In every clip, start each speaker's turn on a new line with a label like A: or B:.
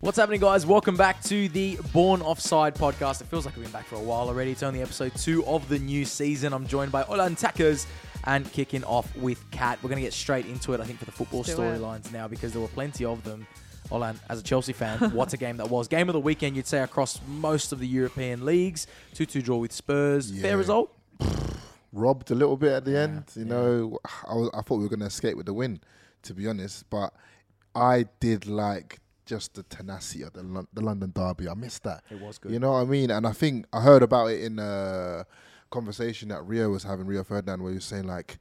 A: What's happening, guys? Welcome back to the Born Offside podcast. It feels like we've been back for a while already. It's only episode two of the new season. I'm joined by Olan Tackers and kicking off with Cat. We're going to get straight into it, I think, for the football
B: Let's do it.
A: storylines now because there were plenty of them. Olan, as a Chelsea fan, what a game that was. Game of the weekend, you'd say, across most of the European leagues. 2 2 draw with Spurs.
C: Yeah.
A: Fair result?
C: robbed a little bit at the end. You know, I, was, I thought we were going to escape with the win, to be honest. But I did like just the tenacity of the, Lon- the London derby. I missed that. It
A: was good.
C: You know what I mean? And I think I heard about it in a conversation that Rio was having, Rio Ferdinand, where he was saying like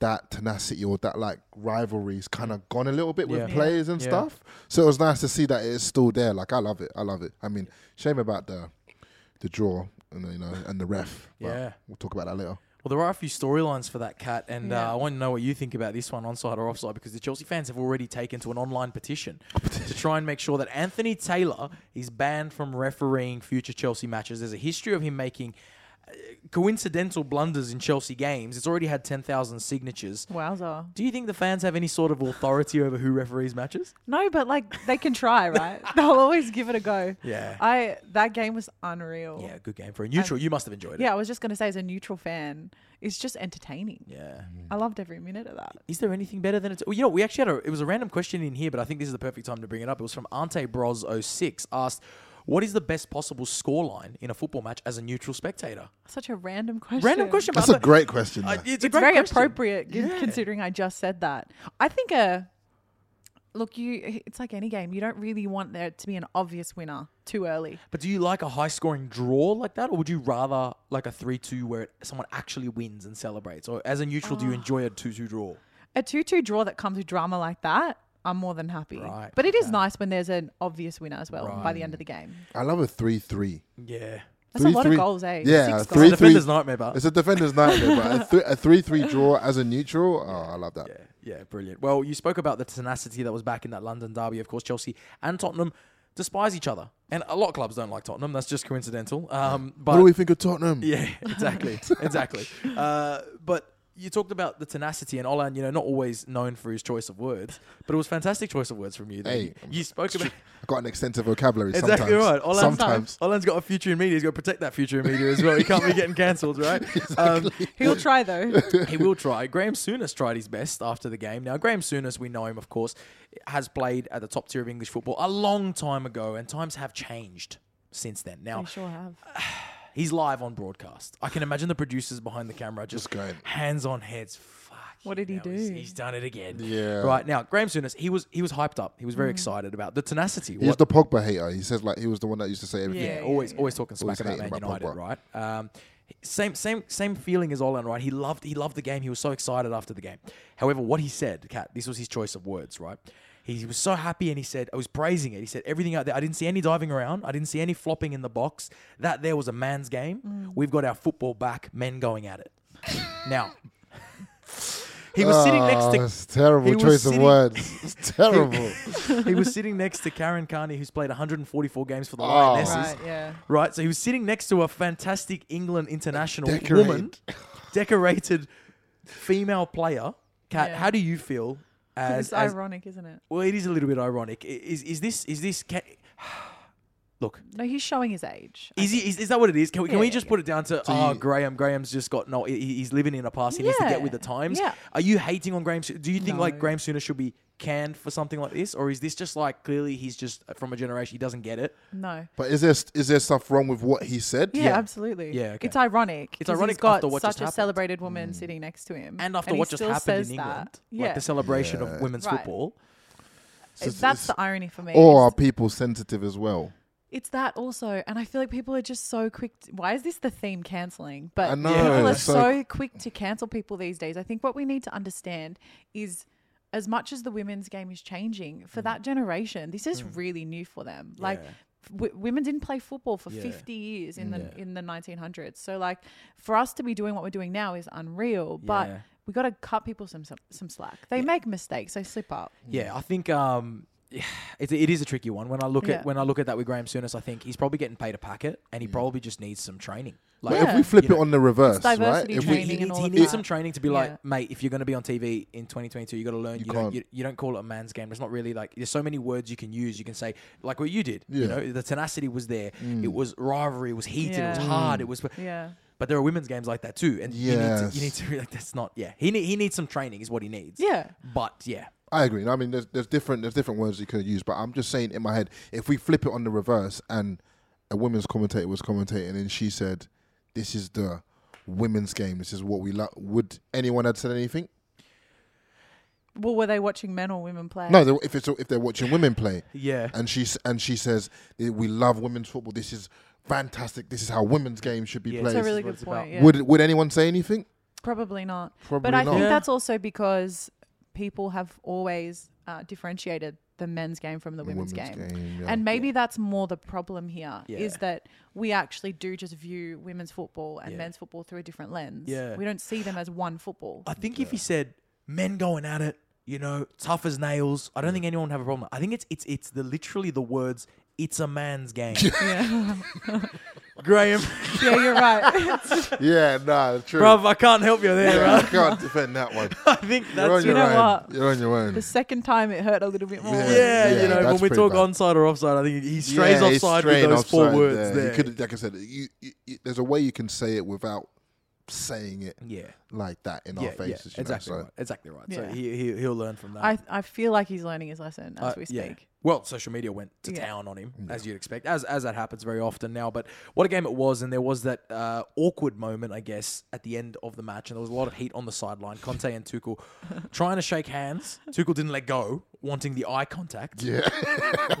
C: that tenacity or that like rivalry's kind of gone a little bit with
A: Yeah.
C: players and
A: Yeah.
C: stuff. So it was nice to see that it's still there. Like I love it. I love it. I mean, shame about the the draw and the, you know and the ref. But
A: Yeah.
C: we'll talk about that later.
A: Well, there are a few storylines for that cat, and
B: Yeah.
A: uh, I want to know what you think about this one, onside or offside, because the Chelsea fans have already taken to an online petition to try and make sure that Anthony Taylor is banned from refereeing future Chelsea matches. There's a history of him making uh, coincidental blunders in Chelsea games. It's already had 10,000 signatures.
B: Wowza.
A: Do you think the fans have any sort of authority over who referees matches?
B: No, but like they can try, right? They'll always give it a go.
A: Yeah.
B: I that game was unreal.
A: Yeah, good game for a neutral. you must have enjoyed it.
B: Yeah, I was just gonna say as a neutral fan, it's just entertaining.
A: Yeah.
B: I loved every minute of that.
A: Is there anything better than it? Well, you know, we actually had a. It was a random question in here, but I think this is the perfect time to bring it up. It was from Ante Bros 06 asked, "What is the best possible scoreline in a football match as a neutral spectator?"
B: Such a random question.
A: Random question. but
C: That's a
A: I'm-
C: great question.
A: Uh,
C: though.
A: it's, a
B: It's
A: great
B: very
A: question.
B: appropriate g-
A: Yeah.
B: considering I just said that. I think a look, you it's like any game. You don't really want there to be an obvious winner too early.
A: But do you like a high scoring draw like that, or would you rather like a three two where it, someone actually wins and celebrates? Or as a neutral,
B: Ah.
A: do you enjoy a two two draw?
B: A two-two draw that comes with drama like that. I'm more than happy.
A: Right,
B: But it is nice when there's an obvious winner as well by the end of the game.
C: I love a three-three.
A: Yeah,
B: That's a lot of goals, eh?
C: Yeah,
B: Six
C: three,
A: It's
B: goals.
A: a defender's nightmare, but-
C: it's a defender's nightmare. but a, three, a three-three draw as a neutral, oh, I love that.
A: yeah, brilliant. Well, you spoke about the tenacity that was back in that London derby. Of course, Chelsea and Tottenham despise each other, and a lot of clubs don't like Tottenham. That's just coincidental. Um, but
C: What do we think of Tottenham?
A: Yeah, exactly, exactly. Uh, but you talked about the tenacity, and Olan, you know, not always known for his choice of words, but it was fantastic choice of words from you. that
C: Hey,
A: you- you spoke about
C: I got an extensive vocabulary.
A: exactly
C: sometimes.
A: right. Olan's,
C: sometimes.
A: Olan's got a future in media. He's got to protect that future in media as well. He can't be getting cancelled, right? Um,
B: He'll try though.
A: he will try. Graham Souness tried his best after the game. Now, Graham Souness, we know him, of course, has played at the top tier of English football a long time ago, and times have changed since then. Now,
B: I sure have.
A: He's live on broadcast. I can imagine the producers behind the camera just,
C: Just going.
A: hands on heads. Fuck.
B: What did he
A: hell, he's-
B: do?
A: He's, done it again.
C: Yeah.
A: Right now, Graham Souness, he was he was hyped up. He was
B: Mm.
A: very excited about the tenacity.
C: He's
A: What-
C: the Pogba hater. He says like he was the one that used to say everything.
A: yeah,
B: yeah,
A: always always talking smack
C: Always
A: about Man
C: hating about
A: United,
C: Pogba.
A: right? Um, same same same feeling as Olan, right? He loved he loved the game. He was so excited after the game. However, what he said, Kat, this was his choice of words, right? He was so happy and he said, I was praising it. He said, everything out there, I didn't see any diving around. I didn't see any flopping in the box. That there was a man's game. We've got our football back, men going at it. now, he was sitting next
C: Oh,
A: to
C: it's terrible
A: he was
C: choice
A: sitting-
C: of words. It's terrible.
A: he was sitting next to Karen Carney, who's played 144 games for the
C: Oh.
A: Lionesses.
B: Right, yeah.
A: Right, so he was sitting next to a fantastic England international
C: Decorated.
A: woman, decorated female player. Kat,
B: Yeah.
A: how do you feel as,
B: It's
A: as-
B: ironic, isn't it?
A: well? It is a little bit ironic. I- Is is this is this? Can, look,
B: No, he's showing his age.
A: is, he, is is that what it is? Can we, can
B: Yeah,
A: we
B: yeah,
A: just
B: yeah.
A: put it down to oh Graham? Graham's just got no. he- He's living in a past. He needs to get
B: Yeah,
A: with the times.
B: yeah.
A: Are you hating on Graham? Su- Do you think like
B: No.
A: Graham Sooner should be canned for something like this, or is this just like clearly he's just uh, from a generation he doesn't get it?
B: No.
C: but is there is there stuff wrong with what he said?
B: Yeah, absolutely.
A: Yeah, okay.
B: It's ironic.
A: It's
B: 'cause
A: ironic
B: He's got
A: after what
B: such
A: just
B: a
A: happened. Mm.
B: celebrated woman sitting next to him,
A: and after
B: he
A: what just
B: still
A: happened
B: says
A: in
B: that.
A: England,
B: yeah,
A: like the celebration of women's
B: Right. Mm.
A: football.
B: It's- that's the irony for me.
C: Or are
B: is-
C: people sensitive as well?
B: It's that also, and I feel like people are just so quick. To, why is this the theme canceling? But
C: I know,
B: people are
C: so-
B: so, quick to cancel people these days. I think what we need to understand is, as much as the women's game is changing for that generation, this is really new for them. Like,
A: Mm. Yeah.
B: w- women didn't play football for
A: Yeah. Mm.
B: 50 years in the
A: Yeah.
B: in the 1900s. So like, for us to be doing what we're doing now is unreal. But
A: Yeah.
B: we got to cut people some some, some slack. They make mistakes. They slip up.
A: Yeah, I think um, it's, it is a tricky one. When I look
B: Yeah.
A: at when I look at that with Graham Souness, I think he's probably getting paid a packet, and he probably just needs some training. Like
C: But if we flip
A: You know,
C: it on the reverse,
B: It's
C: right?
B: diversity
C: If
A: he-
C: we,
A: he,
B: training and
A: needs-
B: all
A: he
B: of
A: needs
B: that.
A: some training to be
B: Yeah.
A: like, mate, if you're going to be on TV in 2022, you got to learn. You, don't
C: can't.
A: you, you don't call it a man's game. It's not really like there's so many words you can use. You can say like what you did. You
C: Yeah. Mm.
A: know, the tenacity was there. It was rivalry. It was heated. It was
B: Yeah.
A: hard. It was.
B: Yeah.
A: But there are women's games like that too, and you need
C: Yes.
A: to, you need to be like that's not yeah. He need, he needs some training is what he needs.
B: Yeah.
A: But yeah,
C: I agree. I mean, there's there's different there's different words you could use, but I'm just saying in my head, if we flip it on the reverse and a women's commentator was commentating and she said, "This is the women's game. This is what we love." Would anyone had said anything?
B: Well, were they watching men or women play?
C: No. They, if it's if they're watching women play,
A: yeah.
C: and she and she says, "Eh, "We love women's football. This is fantastic. This is how women's game should be
A: Yeah,
C: played."
B: That's a
A: place
B: really
A: is what
B: good
A: it's about.
B: point. Yeah.
C: Would would anyone say anything?
B: Probably not.
C: Probably
B: but I
C: not.
B: think
A: Yeah.
B: that's also because people have always uh, differentiated the men's game from the
C: The
B: women's, game.
C: game, yeah.
B: And maybe that's more the problem here is
A: Yeah.
B: that we actually do just view women's football and
A: Yeah.
B: men's football through a different lens.
A: Yeah.
B: We don't see them as one football.
A: I think if he said men going at it, you know, tough as nails, I don't think anyone would have a problem. I think it's it's it's the literally the words. It's a man's game,
B: yeah.
A: Graham.
B: yeah, you're right.
C: yeah, nah, true.
A: Bruv, I can't help you there.
C: yeah, I
A: bruv.
C: can't defend that one.
A: I think
C: You're on
A: that's
C: your
B: know
C: own.
B: what?
C: You're on your own.
B: the second time it hurt a little bit more.
C: Yeah.
A: yeah,
C: Yeah,
A: you know, when
C: that's
A: we
C: pretty
A: talk
C: bad.
A: onside or offside, I think he strays
C: Yeah, he's
A: offside
C: straying
A: with those four
C: offside
A: words
C: there.
A: there.
C: You could, like I said, you, you, you, there's a way you can say it without saying it
A: yeah.
C: like that in
A: Yeah,
C: our faces.
A: yeah,
C: you know,
A: exactly,
C: so-
A: right. exactly right. So
B: Yeah.
A: he, he he'll learn from that.
B: I, I feel like he's learning his lesson as
A: Uh,
B: we
A: yeah.
B: speak.
A: Well, social media went to
B: Yeah.
A: town on him, as you'd expect, as as that happens very often now. But what a game it was, and there was that uh, awkward moment, I guess, at the end of the match, and there was a lot of heat on the sideline. Conte and Tuchel trying to shake hands. Tuchel didn't let go, wanting the eye contact. Yeah,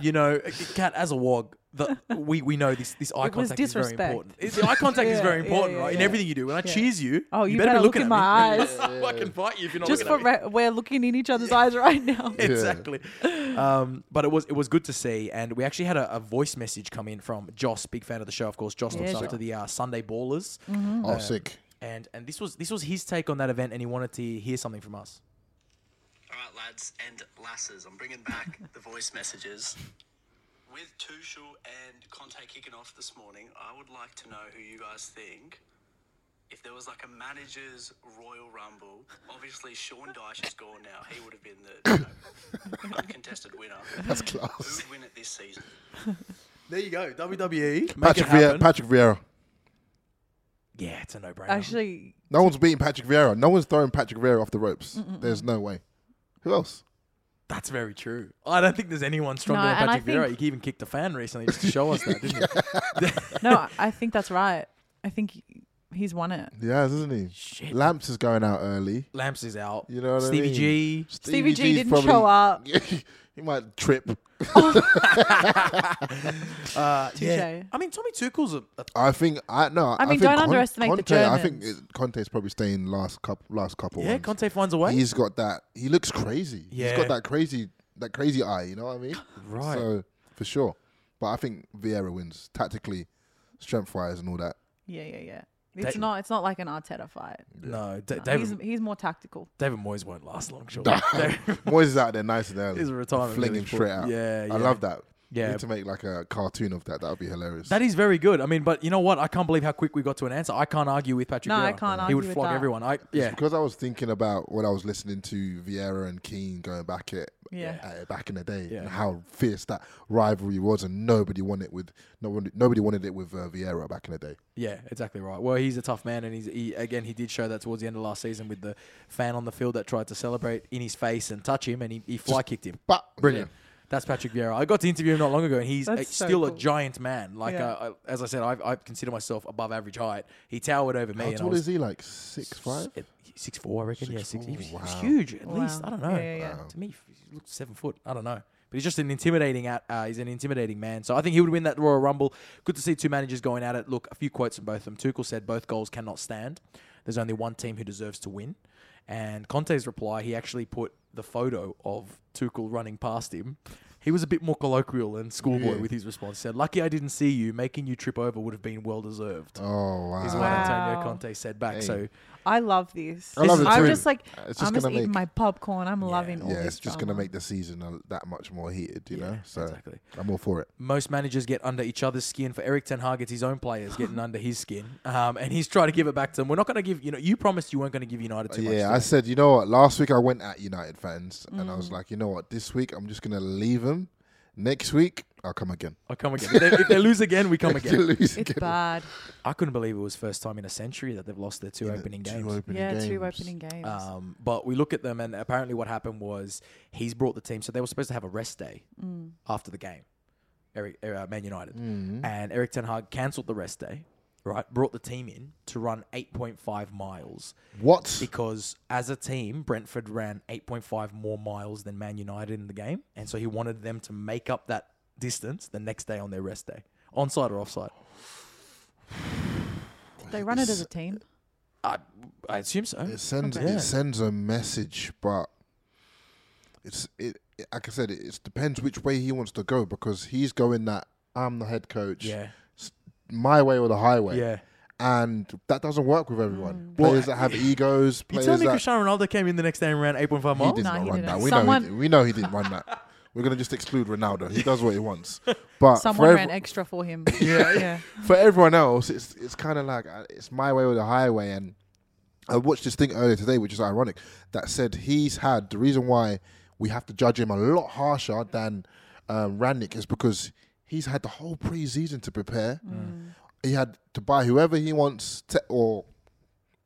A: you know, Cat as a wog. The, we we know this this eye
B: It was
A: contact is very
B: disrespect.
A: important. It- The eye contact is
B: Yeah,
A: very
B: yeah,
A: important,
B: yeah,
A: right? In
B: yeah.
A: everything you do. When I cheers you,
B: Oh, you,
A: better,
B: better,
A: be
B: look
A: looking
B: in
A: at
B: my
A: me.
B: eyes.
A: I can fight you if you're not
B: Just for
A: looking at me
B: re- we're looking in each other's eyes right now.
A: exactly. Um, but it was it was good to see, and we actually had a, a voice message come in from Joss, big fan of the show, of course. Joss looks
B: Yeah,
A: after
B: sure. Mm-hmm.
A: the uh, Sunday Ballers,
C: Oh, sick.
A: and and this was this was his take on that event, and he wanted to hear something from us.
D: All right, lads and lasses, I'm bringing back the voice messages. With Tuchel and Conte kicking off this morning, I would like to know who you guys think. If there was like a manager's Royal Rumble, obviously Sean Dyche is gone now. He would have been the you know, uncontested winner. That's Who
C: Class.
D: would win it this season?
A: There you go, WWE. Make
C: Patrick
A: it happen.
C: Vieira. Patrick Vieira.
A: yeah, it's a no-brainer.
B: Actually,
C: No one's beating Patrick Vieira. No one's throwing Patrick Vieira off the ropes.
A: Mm,
C: There's no way. Who else?
A: that's very true. I don't think there's anyone stronger
B: No,
A: than
B: and I
A: Patrick Vieira.
B: think-
A: He even kicked a fan recently just to show us that, didn't he?
B: no, I- I think that's right. I think he's won it.
C: Yeah, isn't he?
A: Shit.
C: Lamps is going out early.
A: Lamps is out.
C: You know what
A: Stevie
C: I mean?
A: G.
B: Stevie G
C: G's
B: didn't show up.
C: he might trip.
A: Uh, yeah.
B: Touche.
A: I mean, Tommy Tuchel's a, a
C: I think I no.
B: I mean,
C: think
B: don't underestimate the
C: Conte, I think
B: Germans.
C: it- Conte's probably staying last couple. Last couple.
A: yeah.
C: ones.
A: Conte finds a way.
C: He's got that. He looks crazy. He's
A: Yeah.
C: got that crazy, that crazy eye. You know what I mean?
A: Right.
C: So for sure, but I think Vieira wins tactically, strength wise, and all that.
B: Yeah, yeah, yeah. It's
A: Da-
B: not. It's not like an Arteta fight.
A: no, D-
B: No,
A: David
B: he's he's more tactical.
A: David Moyes won't last long, sure.
C: Moyes is out there nice and early.
A: He's a retirement
C: Fling him
A: village
C: straight
A: boy.
C: out.
A: Yeah, yeah.
C: I love that.
A: Yeah.
C: We need to make like a cartoon of that. That would be hilarious.
A: that is very good. I mean, but you know what? I can't believe how quick we got to an answer. I can't argue with Patrick.
B: No, I
A: Vieira.
B: can't
A: He
B: argue
A: would
B: with
A: flog
B: that.
A: everyone. I
C: It's
A: yeah.
C: because I was thinking about when I was listening to Vieira and Keane going back at,
B: Yeah.
C: at it back in the day
A: Yeah.
C: and how fierce that rivalry was, and nobody wanted it with nobody, nobody wanted it with uh, Vieira back in the day.
A: Yeah, exactly right. Well, he's a tough man, and he's he, again he did show that towards the end of last season with the fan on the field that tried to celebrate in his face and touch him, and he, he fly kicked him.
C: But
A: Brilliant. That's Patrick Vieira. I got to interview him not long ago, and he's
B: That's
A: uh,
B: so
A: still a
B: cool.
A: giant man. Like
B: Yeah.
A: uh, I, as I said, I, I consider myself above average height. He towered over me.
C: How
A: and I
C: tall
A: was,
C: is he? Like six five?
A: At six four, I reckon. yeah, six.
C: 6'4",,
A: he was, he was
C: wow.
A: huge. At least
B: Wow.
A: I don't know.
B: Yeah, yeah, yeah.
A: To me, he looked seven foot. I don't know. But he's just an intimidating at, uh, he's an intimidating man. So I think he would win that Royal Rumble. Good to see two managers going at it. Look, a few quotes from both of them. Tuchel said both goals cannot stand. There's only one team who deserves to win. And Conte's reply, he actually put the photo of Tuchel running past him. He was a bit more colloquial and schoolboy with his response. He said, "Lucky I didn't see you. Making you trip over would have been well deserved."
C: Oh wow.
A: Is what Antonio
B: Wow.
A: Conte said back. So
B: I love this.
C: I love it
B: am
C: too. Uh,
B: just like,
C: It's just
B: I'm just
C: gonna
B: eating
C: make-
B: my popcorn. I'm loving all
C: yeah,
B: this.
C: it's just going to
B: drama.
C: make the season a- that much more heated, you know? So
A: exactly.
C: I'm all for it.
A: most managers get under each other's skin. For Eric Ten Hag, it's his own players getting under his skin, um, and he's trying to give it back to them. We're not going to give you know. You promised you weren't going to give United too
C: yeah, I
A: much.
C: said, you know what? Last week I went at United fans and I
A: Mm.
C: was like, you know what? This week I'm just going to leave them. Next week I'll come again.
A: I Oh, come again. If they, if they lose again, we come
C: To
A: again.
C: lose
B: It's
C: again.
B: bad.
A: I couldn't believe it was first time in a century that they've lost their two
C: In the
A: opening
C: two
A: games.
C: opening
B: Yeah, two
C: games. Uh,
B: opening games.
A: Um, but we look at them, and apparently, what happened was he's brought the team. So they were supposed to have a rest day after the game, Eric, uh, Man United,
C: Mm.
A: and Eric Ten Hag cancelled the rest day. Right, brought the team in to run 8.5 miles
C: What?
A: because as a team, Brentford ran 8.5 more miles than Man United in the game, and so he wanted them to make up that distance the next day on their rest day, onside or offside.
B: Did they run it as a team?
A: I, I assume so.
C: It sends it sends a message, but it's it, it like I said, it, it depends which way he wants to go because he's going that I'm the head coach.
A: Yeah.
C: s- My way or the highway.
A: Yeah.
C: And that doesn't work with everyone.
B: Mm.
A: Well,
C: Players that have egos,
A: You
C: players
A: tell me
C: that
A: Cristiano Ronaldo came in the next day and ran 8.5
C: He
A: miles?
C: did
B: No,
C: not
B: he
C: run
B: didn't.
C: that. We
B: Someone-
C: know he did. we know he didn't run that. We're gonna just exclude Ronaldo. He does what he wants. But
B: Someone
C: for, ev-
B: ran extra for him. yeah, yeah.
C: for everyone else, it's it's kind of like uh, it's my way or the highway. And I watched this thing earlier today, which is ironic, that said he's had the reason why we have to judge him a lot harsher than um, Rannick is because he's had the whole preseason to prepare.
B: Mm.
C: He had to buy whoever he wants, to, or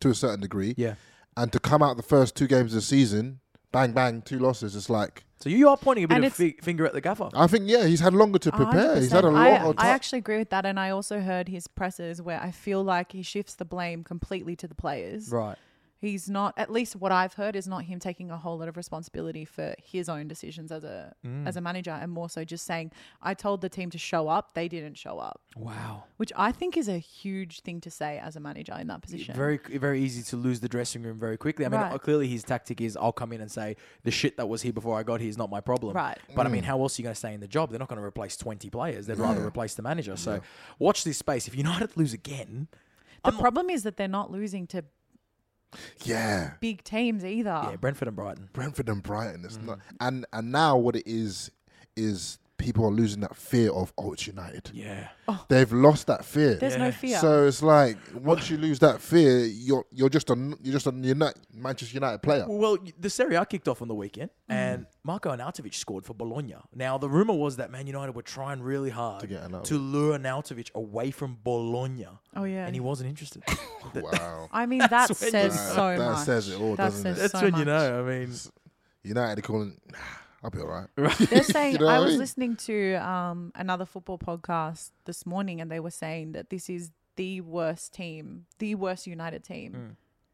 C: to a certain degree,
A: Yeah.
C: and to come out the first two games of the season, bang bang, two losses. It's like
A: So you are pointing a bit
B: And
A: of
B: it's-
A: fi- finger at the gaffer.
C: I think yeah, he's had longer to prepare. He's had a
B: 100%.
C: lot
B: I,
C: of
B: I
C: time.
B: actually agree with that, and I also heard his presses where I feel like he shifts the blame completely to the players.
A: right.
B: He's not, at least what I've heard, is not him taking a whole lot of responsibility for his own decisions as a as a
A: Mm.
B: manager, and more so just saying, "I told the team to show up, they didn't show up,"
A: Wow.
B: which I think is a huge thing to say as a manager in that position.
A: Very, very easy to lose the dressing room very quickly. I mean,
B: Right.
A: uh, clearly his tactic is I'll come in and say the shit that was here before I got here is not my problem.
B: Right.
A: But I mean, how else are you going to stay in the job? They're not going to replace twenty players. They'd rather replace the manager. So watch this space. If United lose again,
B: the problem is that they're not losing to
C: yeah.
B: big teams either.
A: yeah, Brentford and Brighton.
C: Brentford and Brighton. It's not,
A: Mm.
C: and and now what it is is people are losing that fear of oh it's United.
A: Yeah.
B: Oh.
C: They've lost that fear.
B: There's no fear.
C: So it's like once you lose that fear, you're you're just a you're just a United, Manchester United player.
A: Well, y- the Serie A kicked off on the weekend,
B: Mm.
A: and Marco Arnautovic scored for Bologna. Now, the rumor was that Man United were trying really hard to,
C: get Arnautovic.
A: lure Arnautovic away from Bologna.
B: Oh, yeah.
A: and he wasn't interested.
C: Wow,
B: I mean, that
A: when
B: says
A: you-
C: that
B: so much.
C: says it all,
B: That
C: doesn't it?
B: says
A: That's
B: so
A: when
B: much.
A: you know. I mean,
C: United are calling. I'll be all right.
B: They're saying
C: You know what
B: I
C: I
B: was
C: mean?
B: listening to um, another football podcast this morning, and they were saying that this is the worst team, the worst United team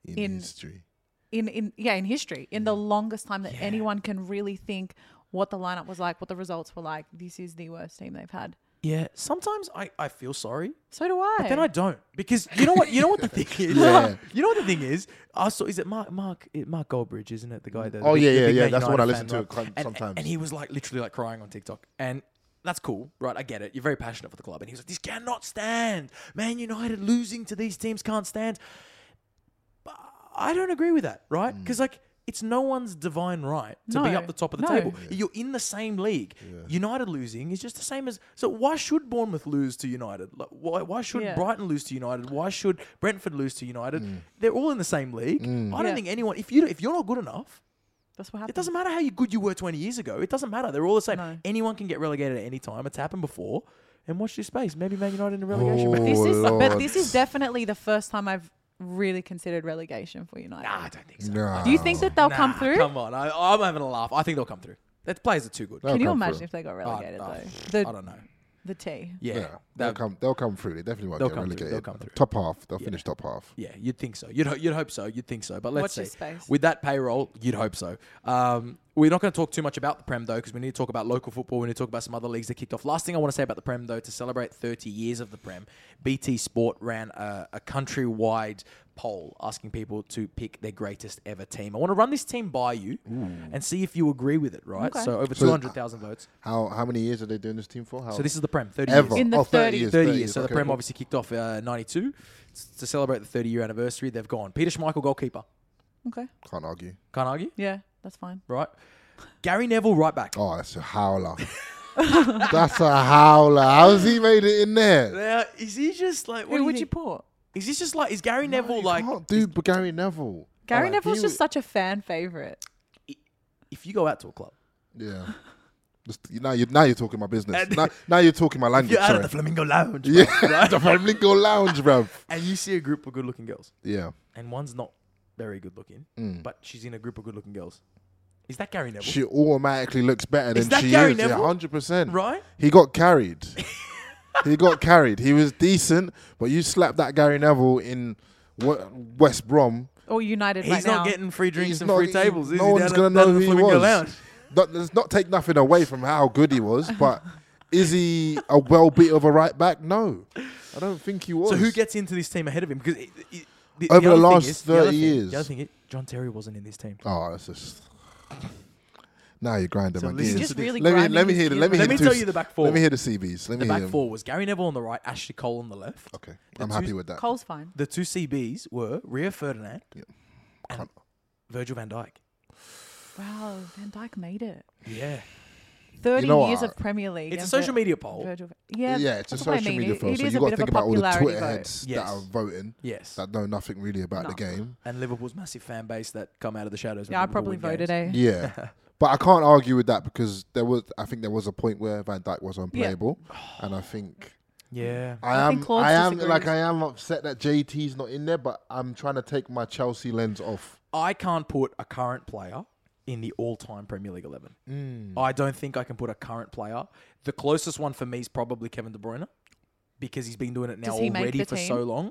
A: Mm.
C: In,
B: In-
C: history,
B: in in yeah in history in the
A: Mm.
B: longest time that anyone can really think what the lineup was like, what the results were like. This is the worst team they've had.
A: yeah. Sometimes I, I feel sorry
B: So do I.
A: But then I don't because you know what you know what the thing is.
C: Yeah.
A: You know what the thing is. I saw is it Mark Mark it- Mark Goldbridge, isn't it the guy that?
C: Oh,
A: the
C: yeah,
A: big- the
C: yeah,
A: big
C: yeah,
A: Man
C: that's the one I
A: United
C: listen
A: fan,
C: to
A: right?
C: con-
A: And- and-
C: sometimes.
A: And he was like literally like crying on TikTok, and that's cool, right? I get it. You're very passionate for the club, and he was like, "This cannot stand. Man United losing to these teams can't stand." I don't agree with that, right?
C: Mm.
A: Because like it's no one's divine right to be
B: No,
A: up the top of the
B: no.
A: table. You're in the same league. United losing is just the same as so. Why should Bournemouth lose to United? Like, why why should
B: Yeah.
A: Brighton lose to United? Why should Brentford lose to United?
C: Mm.
A: They're all in the same league. I don't
B: Yeah.
A: think anyone. If you if you're not good enough,
B: That's what happened.
A: it doesn't matter how you good you were 20 years ago. It doesn't matter. They're all the same.
B: No.
A: Anyone can get relegated at any time. It's happened before. And watch this space. Maybe Man United in relegation.
C: Oh.
B: This is but
C: Lord.
B: this is definitely the first time I've really considered relegation for United.
A: Nah, I don't think so.
C: no.
B: do you think that they'll come
A: Nah,
B: through?
A: Come on, I, I'm having a laugh. I think they'll come through. The players are too good.
C: They'll
B: Can you
C: come
B: imagine
C: through.
B: if they got
A: I-
B: relegated
A: I-
B: though? The
A: I don't know.
B: the T.
A: Yeah,
C: Yeah, they'll
A: that-
C: come. They'll come through. They definitely won't
A: They'll
C: get
A: come through, they'll
C: relegated.
A: come through.
C: Top half. They'll finish top half.
A: Yeah, you'd think so. You'd ho- you'd hope so. You'd think so. But let's
B: Watch
A: see.
B: this space.
A: With that payroll, you'd hope so. Um, We're not going to talk too much about the Prem though, because we need to talk about local football. We need to talk about some other leagues that kicked off. Last thing I want to say about the Prem though, to celebrate 30 years of the Prem, BT Sport ran a, a country-wide poll asking people to pick their greatest ever team. I want to run this team by you and see if you agree with it. Right,
B: Okay.
A: so over
C: So-
A: 200,000 votes.
C: How how many years are they doing this team for? How
A: So this is the Prem, 30
C: ever
A: years.
B: In the
C: oh,
B: 30
C: 30 years.
A: 30 years. So the
C: okay,
A: Prem
C: cool.
A: obviously kicked off uh, 92 S- to celebrate the 30 year anniversary. They've gone Peter Schmeichel, goalkeeper.
B: Okay.
C: can't argue.
A: Can't argue,
B: Yeah, that's fine.
A: right? Gary Neville, right back.
C: Oh, that's a howler. that's a howler. How's he made it in there?
A: Now, is he just like? What
B: Who
A: do
B: would you
A: think?
B: put?
A: Is this just like? Is Gary Neville like?
C: Can't do Gary Neville.
B: Gary
C: Like,
B: Neville's
C: he
B: just
C: was-
B: such a fan favorite.
A: If you go out to a club,
C: yeah. Just, you- now you now you're talking my business.
A: And-
C: now, now you're talking my language.
A: you're out
C: Sorry.
A: at the Flamingo Lounge,
C: yeah,
A: bro, right?
C: the Flamingo Lounge, bruv.
A: and you see a group of good-looking girls,
C: Yeah,
A: and one's not very good-looking, but she's in a group of good-looking girls. Is that Gary Neville?
C: Mm. she automatically looks better than
A: Is that
C: she
A: Gary
C: is. Yeah,
A: Neville?
C: hundred percent.
A: Right?
C: He got carried. he got carried. He was decent, but you slap that Gary Neville in Wa- West Brom.
B: Or United
A: He's
B: right now.
A: not getting free drinks
C: he's
A: and
C: not-
A: free
C: he-
A: tables. is
C: no
A: he, down
C: one's
A: at-
C: gonna
A: down
C: know
A: at the
C: who he
A: Flamingo
C: was.
A: Lounge?
C: Not, let's not take nothing away from how good he was, but is he a well beat of a right back? No, I don't think he was.
A: So who gets into this team ahead of him? Because it, it, the,
C: Over the
A: other thing
C: last
A: is- the other
C: 30
A: thing-
C: years.
A: the other thing is John Terry wasn't in this team.
C: Oh, that's just. Now you're grinding
A: So
C: my
A: listen
C: gears.
A: He's just
B: really
C: let me
B: grinding
C: let me
B: his
C: hear the-
B: gears.
C: let me
B: Let
C: hear
A: me
C: two
A: tell
C: s-
A: you the back four.
C: Let me hear the CBs. Let
A: The
C: me
A: back
C: hear. them.
A: four was Gary Neville on the right, Ashley Cole on the left.
C: Okay,
A: The
C: I'm
A: two-
C: happy with that.
B: Cole's fine.
A: The two CBs were Rio Ferdinand and Virgil van Dijk.
B: Wow, Van Dyke made it.
A: Yeah.
B: 30
C: know
B: years
C: what?
B: of Premier League.
A: It's a
B: and
A: social
B: Vir-
A: media poll.
B: Virgil- Yeah,
C: yeah, it's a
B: that's what I
C: social
B: mean.
C: media
B: It-
C: film,
B: it
C: so
B: is
C: you
B: a
C: got
B: bit
C: to
B: of
C: think
B: a
C: about all the
B: popularity
C: Twitter
B: vote.
C: heads that
A: Yes.
C: are voting
A: Yes.
C: that know nothing really about the
B: No.
C: game.
A: And Liverpool's massive fan base that come out of the shadows. when
B: Yeah, I
A: Liverpool
B: probably
A: win
B: voted eh?
A: games.
B: A.
C: Yeah. But I can't argue with that because there was, I think there was a point where Van Dyke was unplayable, and I think
A: Yeah.
C: I
B: I think
C: am,
B: Claude
C: I am
B: disagrees.
C: like I am upset that JT's not in there, but I'm trying to take my Chelsea lens off.
A: I can't put a current player in the all-time Premier League 11.
C: Mm.
A: I don't think I can put a current player. The closest one for me is probably Kevin De Bruyne because he's been doing it now
B: Does he make
A: already
B: the
A: for
B: team?
A: so long.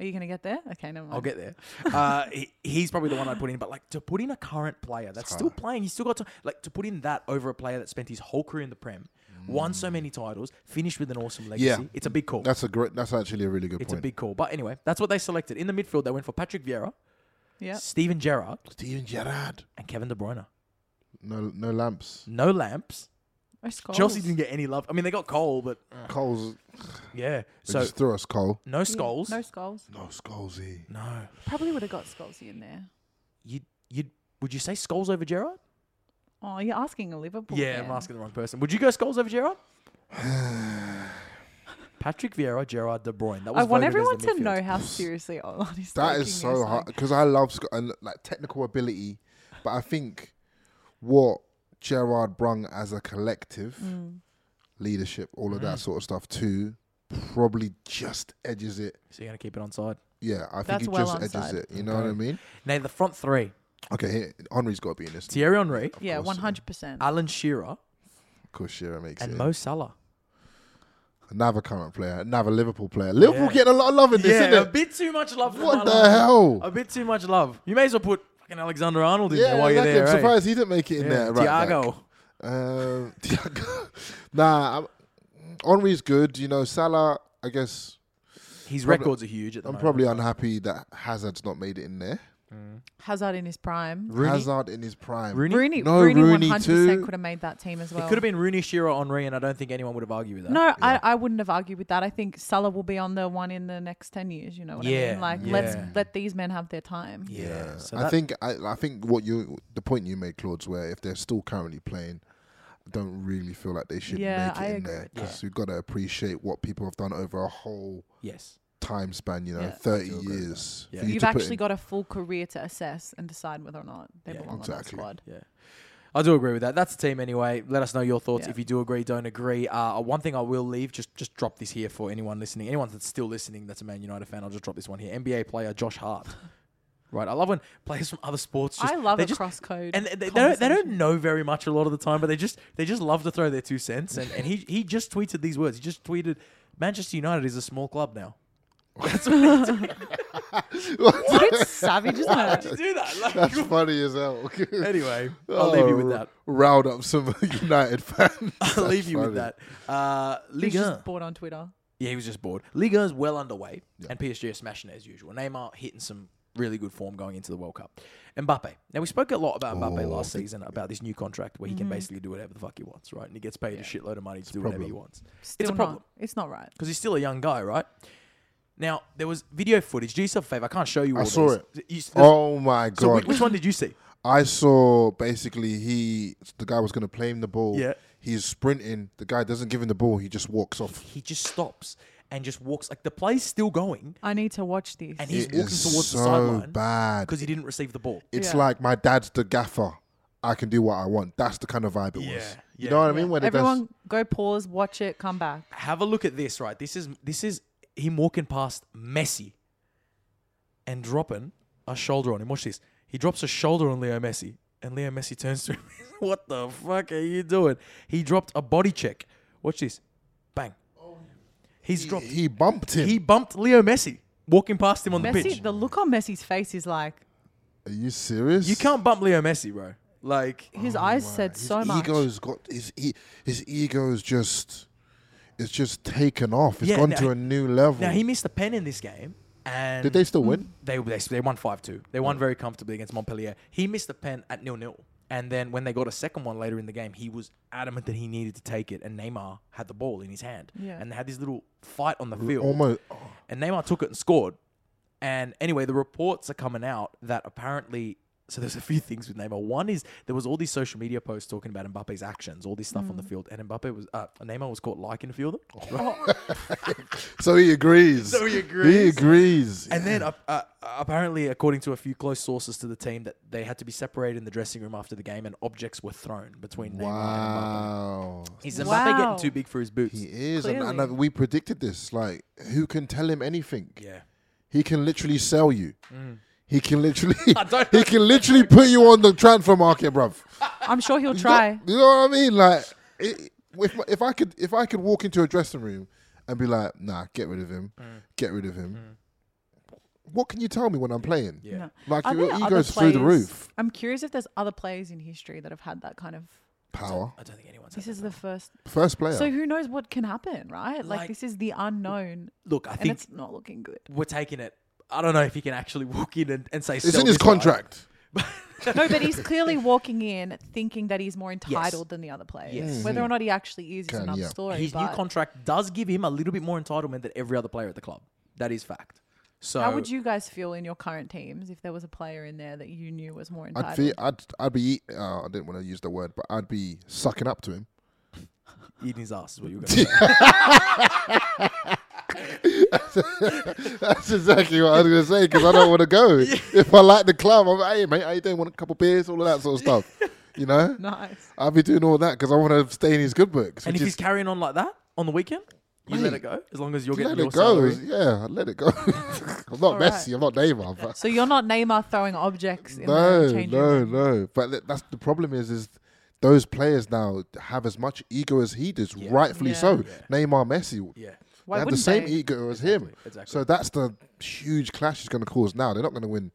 B: Are you going to get there? Okay, never mind.
A: I'll get there. Uh, he, he's probably the one I put in, but like to put in a current player that's still playing, he's still got to like to put in that over a player that spent his whole career in the Prem, won so many titles, finished with an awesome legacy.
C: Yeah.
A: It's a big call.
C: That's a great. That's actually a really good
A: it's
C: point.
A: a big call. But anyway, that's what they selected. In the midfield, they went for Patrick Vieira,
B: Yeah.
A: Steven Gerrard,
C: Steven Gerrard.
A: and Kevin De Bruyne.
C: No, no lamps.
A: No lamps.
B: Or Scholes.
A: Chelsea didn't get any love. I mean, they got Cole, but
C: Cole's.
A: yeah.
C: They
A: So
C: just threw us Cole.
A: no
B: Yeah,
A: skulls.
B: No Skulls.
C: No Scholesy.
A: No.
B: Probably would have got Scholesy in there.
A: You you would you say skulls over Gerrard?
B: Oh, you're asking a Liverpool
A: Yeah, I'm
B: fan.
A: asking the wrong person. Would you go Scholes over Gerard? Patrick Vieira, Gerard, De Bruyne. That was
B: I want
A: voted as
B: everyone
A: the
B: to
A: midfield.
B: know how seriously all that is.
C: That is so hard because I love Sc- and like technical ability, but I think what Gerard brung as a collective,
A: Mm.
C: leadership, all of that sort of stuff too, probably just edges it.
A: So you're gonna keep it on side.
C: Yeah, I think
B: That's
C: it
B: well
C: just
B: on
C: edges
B: side.
C: it. You know what I
A: Okay.
C: mean?
A: Now the front three:
C: Okay, here, Henry's got to be in this.
A: Thierry Henry,
B: Yeah,
C: course,
B: one hundred percent.
A: Alan Shearer,
C: Of course, Shearer makes
A: and
C: it.
A: Mo Salah.
C: another current player, another Liverpool player. Liverpool getting a lot of love in this,
A: Yeah, a
C: isn't it?
A: bit too much love. for
C: What
A: my
C: the
A: liking.
C: hell?
A: A bit too much love. You may as well put fucking Alexander Arnold in
C: Yeah,
A: there while
C: exactly.
A: you're
C: I'm
A: there. eh?
C: surprised he didn't make it in
A: Yeah,
C: there. Right back.
A: Thiago.
C: Um, Thiago. nah, I'm, Henry's good. You know, Salah. I guess
A: His
C: Probably-
A: records are huge at the
C: I'm
A: moment.
C: probably unhappy that Hazard's not made it in there.
B: Hazard in his prime.
A: Rooney?
C: Hazard in his prime.
A: Rooney.
B: Rooney,
C: No,
B: Rooney,
C: Rooney
B: one hundred
C: too.
B: percent could have made that team as well.
A: It could have been Rooney, Shearer, Henri, and I don't think anyone would have argued with that.
B: No, I, I wouldn't have argued with that. I think Salah will be on the one in the next ten years. You know what I
A: Yeah,
B: mean? Like, let's
A: yeah.
B: let these men have their time.
A: Yeah. So
C: I
A: that-
C: think I, I think what you the point you made, Claude's where if they're still currently playing, I don't really feel like they should
B: Yeah,
C: make it
B: I
C: in
B: agree
C: there
B: with that.
C: because we've got to appreciate what people have done over a whole
A: yes.
C: time span. You know,
B: Yeah.
C: thirty years.
A: Yeah.
C: for you
B: You've
C: to put
B: actually
C: in-
B: got a full career to assess and decide whether or not they
A: Yeah.
B: belong on that
C: Exactly.
B: squad.
A: Yeah. I do agree with that. That's the team anyway. Let us know your thoughts
B: Yeah.
A: if you do agree, don't agree. Uh, one thing I will leave, just just drop this here for anyone listening, anyone that's still listening that's a Man United fan. I'll just drop this one here. NBA player Josh Hart. right, I love when players from other sports. Just,
B: I love
A: they
B: a
A: just-
B: cross code
A: and they, they don't they don't
B: conversation.
A: know very much a lot of the time, but they just they just love to throw their two cents. And, and he he just tweeted these words. He just tweeted, "Manchester United is a small club now." That's what he tweeted.
B: What savage is that?
A: do that. Like,
C: That's funny as hell. Oh,
A: anyway, I'll leave you
B: Oh,
A: with that.
C: Round up some United fans.
A: I'll leave you with that. Uh,
B: He's
A: Ligue 1.
B: just bored on Twitter.
A: Yeah, he was just bored. Liga is well underway, and PSG are smashing it as usual. Neymar hitting some really good form going into the World Cup. Mbappe. Now, we spoke a lot about Mbappe
C: Oh,
A: last season about this new contract where he can
B: Mm-hmm.
A: basically do whatever the fuck he wants, right? And he gets paid a shitload of money to do whatever he wants.
B: Still
A: it's a problem
B: Not, it's not right.
A: because he's still a young guy, right? Now, there was video footage. Do yourself a favor. I can't show you all
C: I saw
A: this.
C: it.
A: You- there's-
C: Oh my
A: so
C: god!
A: which, which one did you see?
C: I saw basically he the guy was gonna play him the ball.
A: Yeah.
C: He's sprinting. The guy doesn't give him the ball. He just walks off.
A: He just stops and just walks. Like, the play's still going,
B: I need to watch this.
A: and he's
C: It
A: walking
C: is
A: towards the
C: so
A: sideline
C: bad.
A: because he didn't receive the ball.
C: It's
B: Yeah.
C: like my dad's the gaffer. I can do what I want. That's the kind of vibe it
A: Yeah,
C: was.
A: yeah.
C: You know what I mean? When
B: Everyone, go pause, watch it, come back.
A: have a look at this, right? This is this is him walking past Messi and dropping a shoulder on him. Watch this. He drops a shoulder on Leo Messi, and Leo Messi turns to him. what the fuck are you doing? He dropped a body check. Watch this. Bang. He's
C: it
A: dropped.
C: does, he bumped him.
A: He bumped Leo Messi walking past him on the
B: Messi,
A: pitch.
B: the look on Messi's face is like
C: Are you serious?
A: you can't bump Leo Messi, bro. Like
B: his eyes said
C: Oh His
B: so much.
C: ego's got his e- his ego's just it's just taken off. It's
A: Yeah,
C: gone
A: now-
C: to a new level.
A: now he Hmm. missed a pen in this game, and
C: Did they still win?
A: they they, they won five two. They won very comfortably against Montpellier. He missed a pen at nil nil, and then when they got a second one later in the game, he was adamant that he needed to take it, and Neymar had the ball in his hand,
B: Yeah.
A: and they had this little fight on the field,
C: Almost.
A: and Neymar took it and scored. And anyway, the reports are coming out that apparently. So there's a few things with Neymar. One is there was all these social media posts talking about Mbappe's actions, all this stuff on the field, and Mbappe was uh, Neymar was caught liking the field.
C: So he agrees.
A: So he agrees.
C: He agrees.
A: And then uh, uh, apparently, according to a few close sources to the team, that they had to be separated in the dressing room after the game, and objects were thrown between Neymar and Mbappe.
C: wow.
A: Is Mbappe
B: Wow.
A: getting too big for his boots?
C: He is, and, and
B: Clearly.
C: we predicted this. Like, who can tell him anything?
A: Yeah.
C: He can literally sell you. He can literally.
A: don't
C: he can literally put you on the transfer market, bruv.
B: I'm sure he'll
C: You
B: try.
C: know- You know what I mean? Like, it, if my- if I could if I could walk into a dressing room and be like, nah, get rid of him,
A: Mm.
C: get rid of him. What can you tell me when I'm playing?
A: Yeah. No.
C: Like
B: Are
C: your
B: there other
C: ego's through the
B: players-
C: roof.
B: I'm curious if there's other players in history that have had that kind of.
C: Power.
A: I don't think anyone's.
B: This
A: had
B: is
A: that.
B: the first.
C: First player.
B: So who knows what can happen, right? Like,
A: Like-
B: this is the unknown,
A: Look, I
B: and
A: think
B: it's not looking good.
A: we're taking it. I don't know if he can actually walk in and, and say
C: it's in his contract.
B: No, but he's clearly walking in thinking that he's more entitled than the other players.
A: Yes.
B: Whether or not he actually is is
C: Can,
B: another
C: yeah.
B: story.
A: His new
B: but
A: contract does give him a little bit more entitlement than every other player at the club. That is fact. So
B: how would you guys feel in your current teams if there was a player in there that you knew was more entitled?
C: I'd feel, I'd I'd be uh, I didn't want to use the word, but I'd be sucking up to him.
A: eat his ass? Is what you guys.
C: That's exactly what I was gonna say because I don't want to go. If I like the club, I'm like, hey mate, how you doing? Want a couple beers, all of that sort of stuff. You know,
B: nice.
C: I'll be doing all that because I want to stay in his good books.
A: and
C: which
A: if
C: is-
A: he's carrying on like that on the weekend, you let
C: Mate,
A: it go as long as you're getting
C: let
A: your
C: it go.
A: salary.
C: It's- Yeah, I let it go. I'm not
B: right.
C: messy. I'm not Neymar. But
B: So you're not Neymar throwing objects in
C: no,
B: the changing
C: no,
B: room?
C: no. But th- that's the problem is is those players now have as much ego as he does, rightfully
B: Yeah.
C: so. Neymar, Messi.
A: Yeah.
B: Why
C: they have the
B: wouldn't
C: same
B: they?
C: ego as him.
A: exactly.
C: So that's the huge clash he's going to cause now. They're not going to win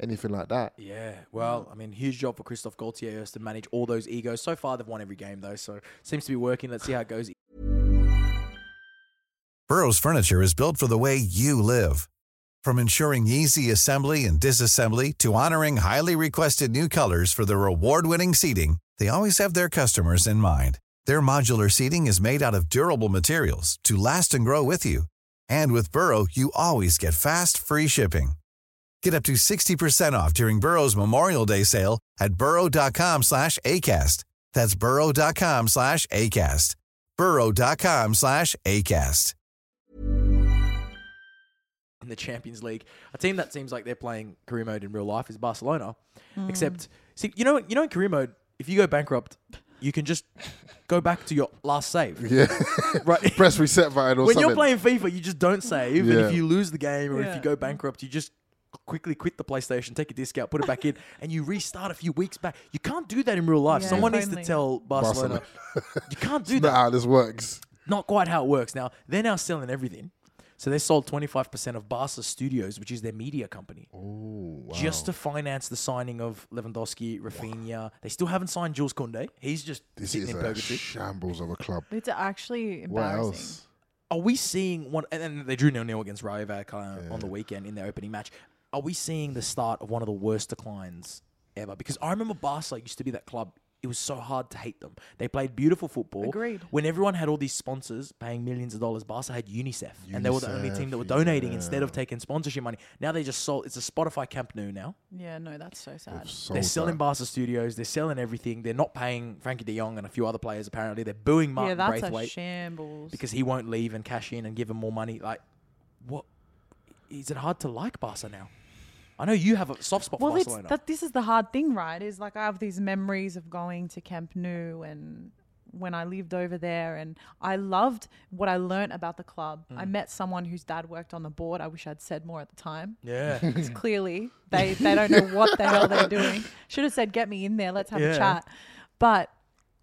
C: anything like that.
A: Yeah, well, I mean, huge job for Christophe Gaultier is to manage all those egos. So far, they've won every game though, so seems to be working. Let's see how it goes.
E: Burrow's furniture is built for the way you live. From ensuring easy assembly and disassembly to honoring highly requested new colors for their award-winning seating, they always have their customers in mind. Their modular seating is made out of durable materials to last and grow with you. And with Burrow, you always get fast, free shipping. Get up to 60% off during Burrow's Memorial Day sale at burrow.com slash ACAST. That's burrow.com slash ACAST. burrow.com slash ACAST.
A: in the Champions League. A team that seems like they're playing career mode in real life is Barcelona.
B: Hmm.
A: Except, see, you know, you know, in career mode, if you go bankrupt, you can just go back to your last save.
C: Yeah.
A: Right.
C: Press reset button or
A: when
C: something.
A: you're playing FIFA, you just don't save, and
C: Yeah.
A: if you lose the game or if
B: Yeah.
A: you go bankrupt, you just quickly quit the PlayStation, take a disc out, put it back in, and you restart a few weeks back. You can't do that in real life.
B: Yeah,
A: Someone
B: if
A: needs to
B: only.
A: tell Barcelona,
C: Barcelona.
A: you can't do
C: It's
A: that.
C: not how this works.
A: not quite how it works. Now they're now selling everything. So they sold 25% of Barca Studios, which is their media company, just to finance the signing of Lewandowski, Rafinha. They still haven't signed Jules Koundé. He's just
C: This
A: sitting
C: is
A: in
C: a
A: purgatory.
C: shambles of a club.
B: It's actually embarrassing.
C: What else?
A: Are we seeing one? And then they drew nil nil against Rayo Vallecano on the weekend in their opening match. Are we seeing the start of one of the worst declines ever? Because I remember Barca used to be that club. It was so hard to hate them. They played beautiful football.
B: Agreed.
A: When everyone had all these sponsors paying millions of dollars, Barca had UNICEF, and they were the only team that were
C: UNICEF,
A: donating instead of
C: yeah.
A: taking sponsorship money. Now they just sold. It's a Spotify Camp Nou now.
B: Yeah, no, that's so sad.
C: Sold
A: They're selling
C: that.
A: Barca Studios. They're selling everything. They're not paying Frankie De Jong and a few other players. Apparently, they're booing Martin
B: yeah, that's a
A: Braithwaite
B: shambles.
A: because he won't leave and cash in and give him more money. Like, what? Is it hard to like Barca now? I know you have a soft spot
B: well,
A: for
B: it's,
A: Barcelona.
B: that, this is the hard thing, right? Is like I have these memories of going to Camp Nou and when I lived over there, and I loved what I learnt about the club.
A: Mm.
B: I met someone whose dad worked on the board. I wish I'd said more at the time.
A: yeah.
B: because clearly they, they don't know what the hell they're doing. Should have said, "Get me in there, let's have
A: Yeah.
B: a chat." But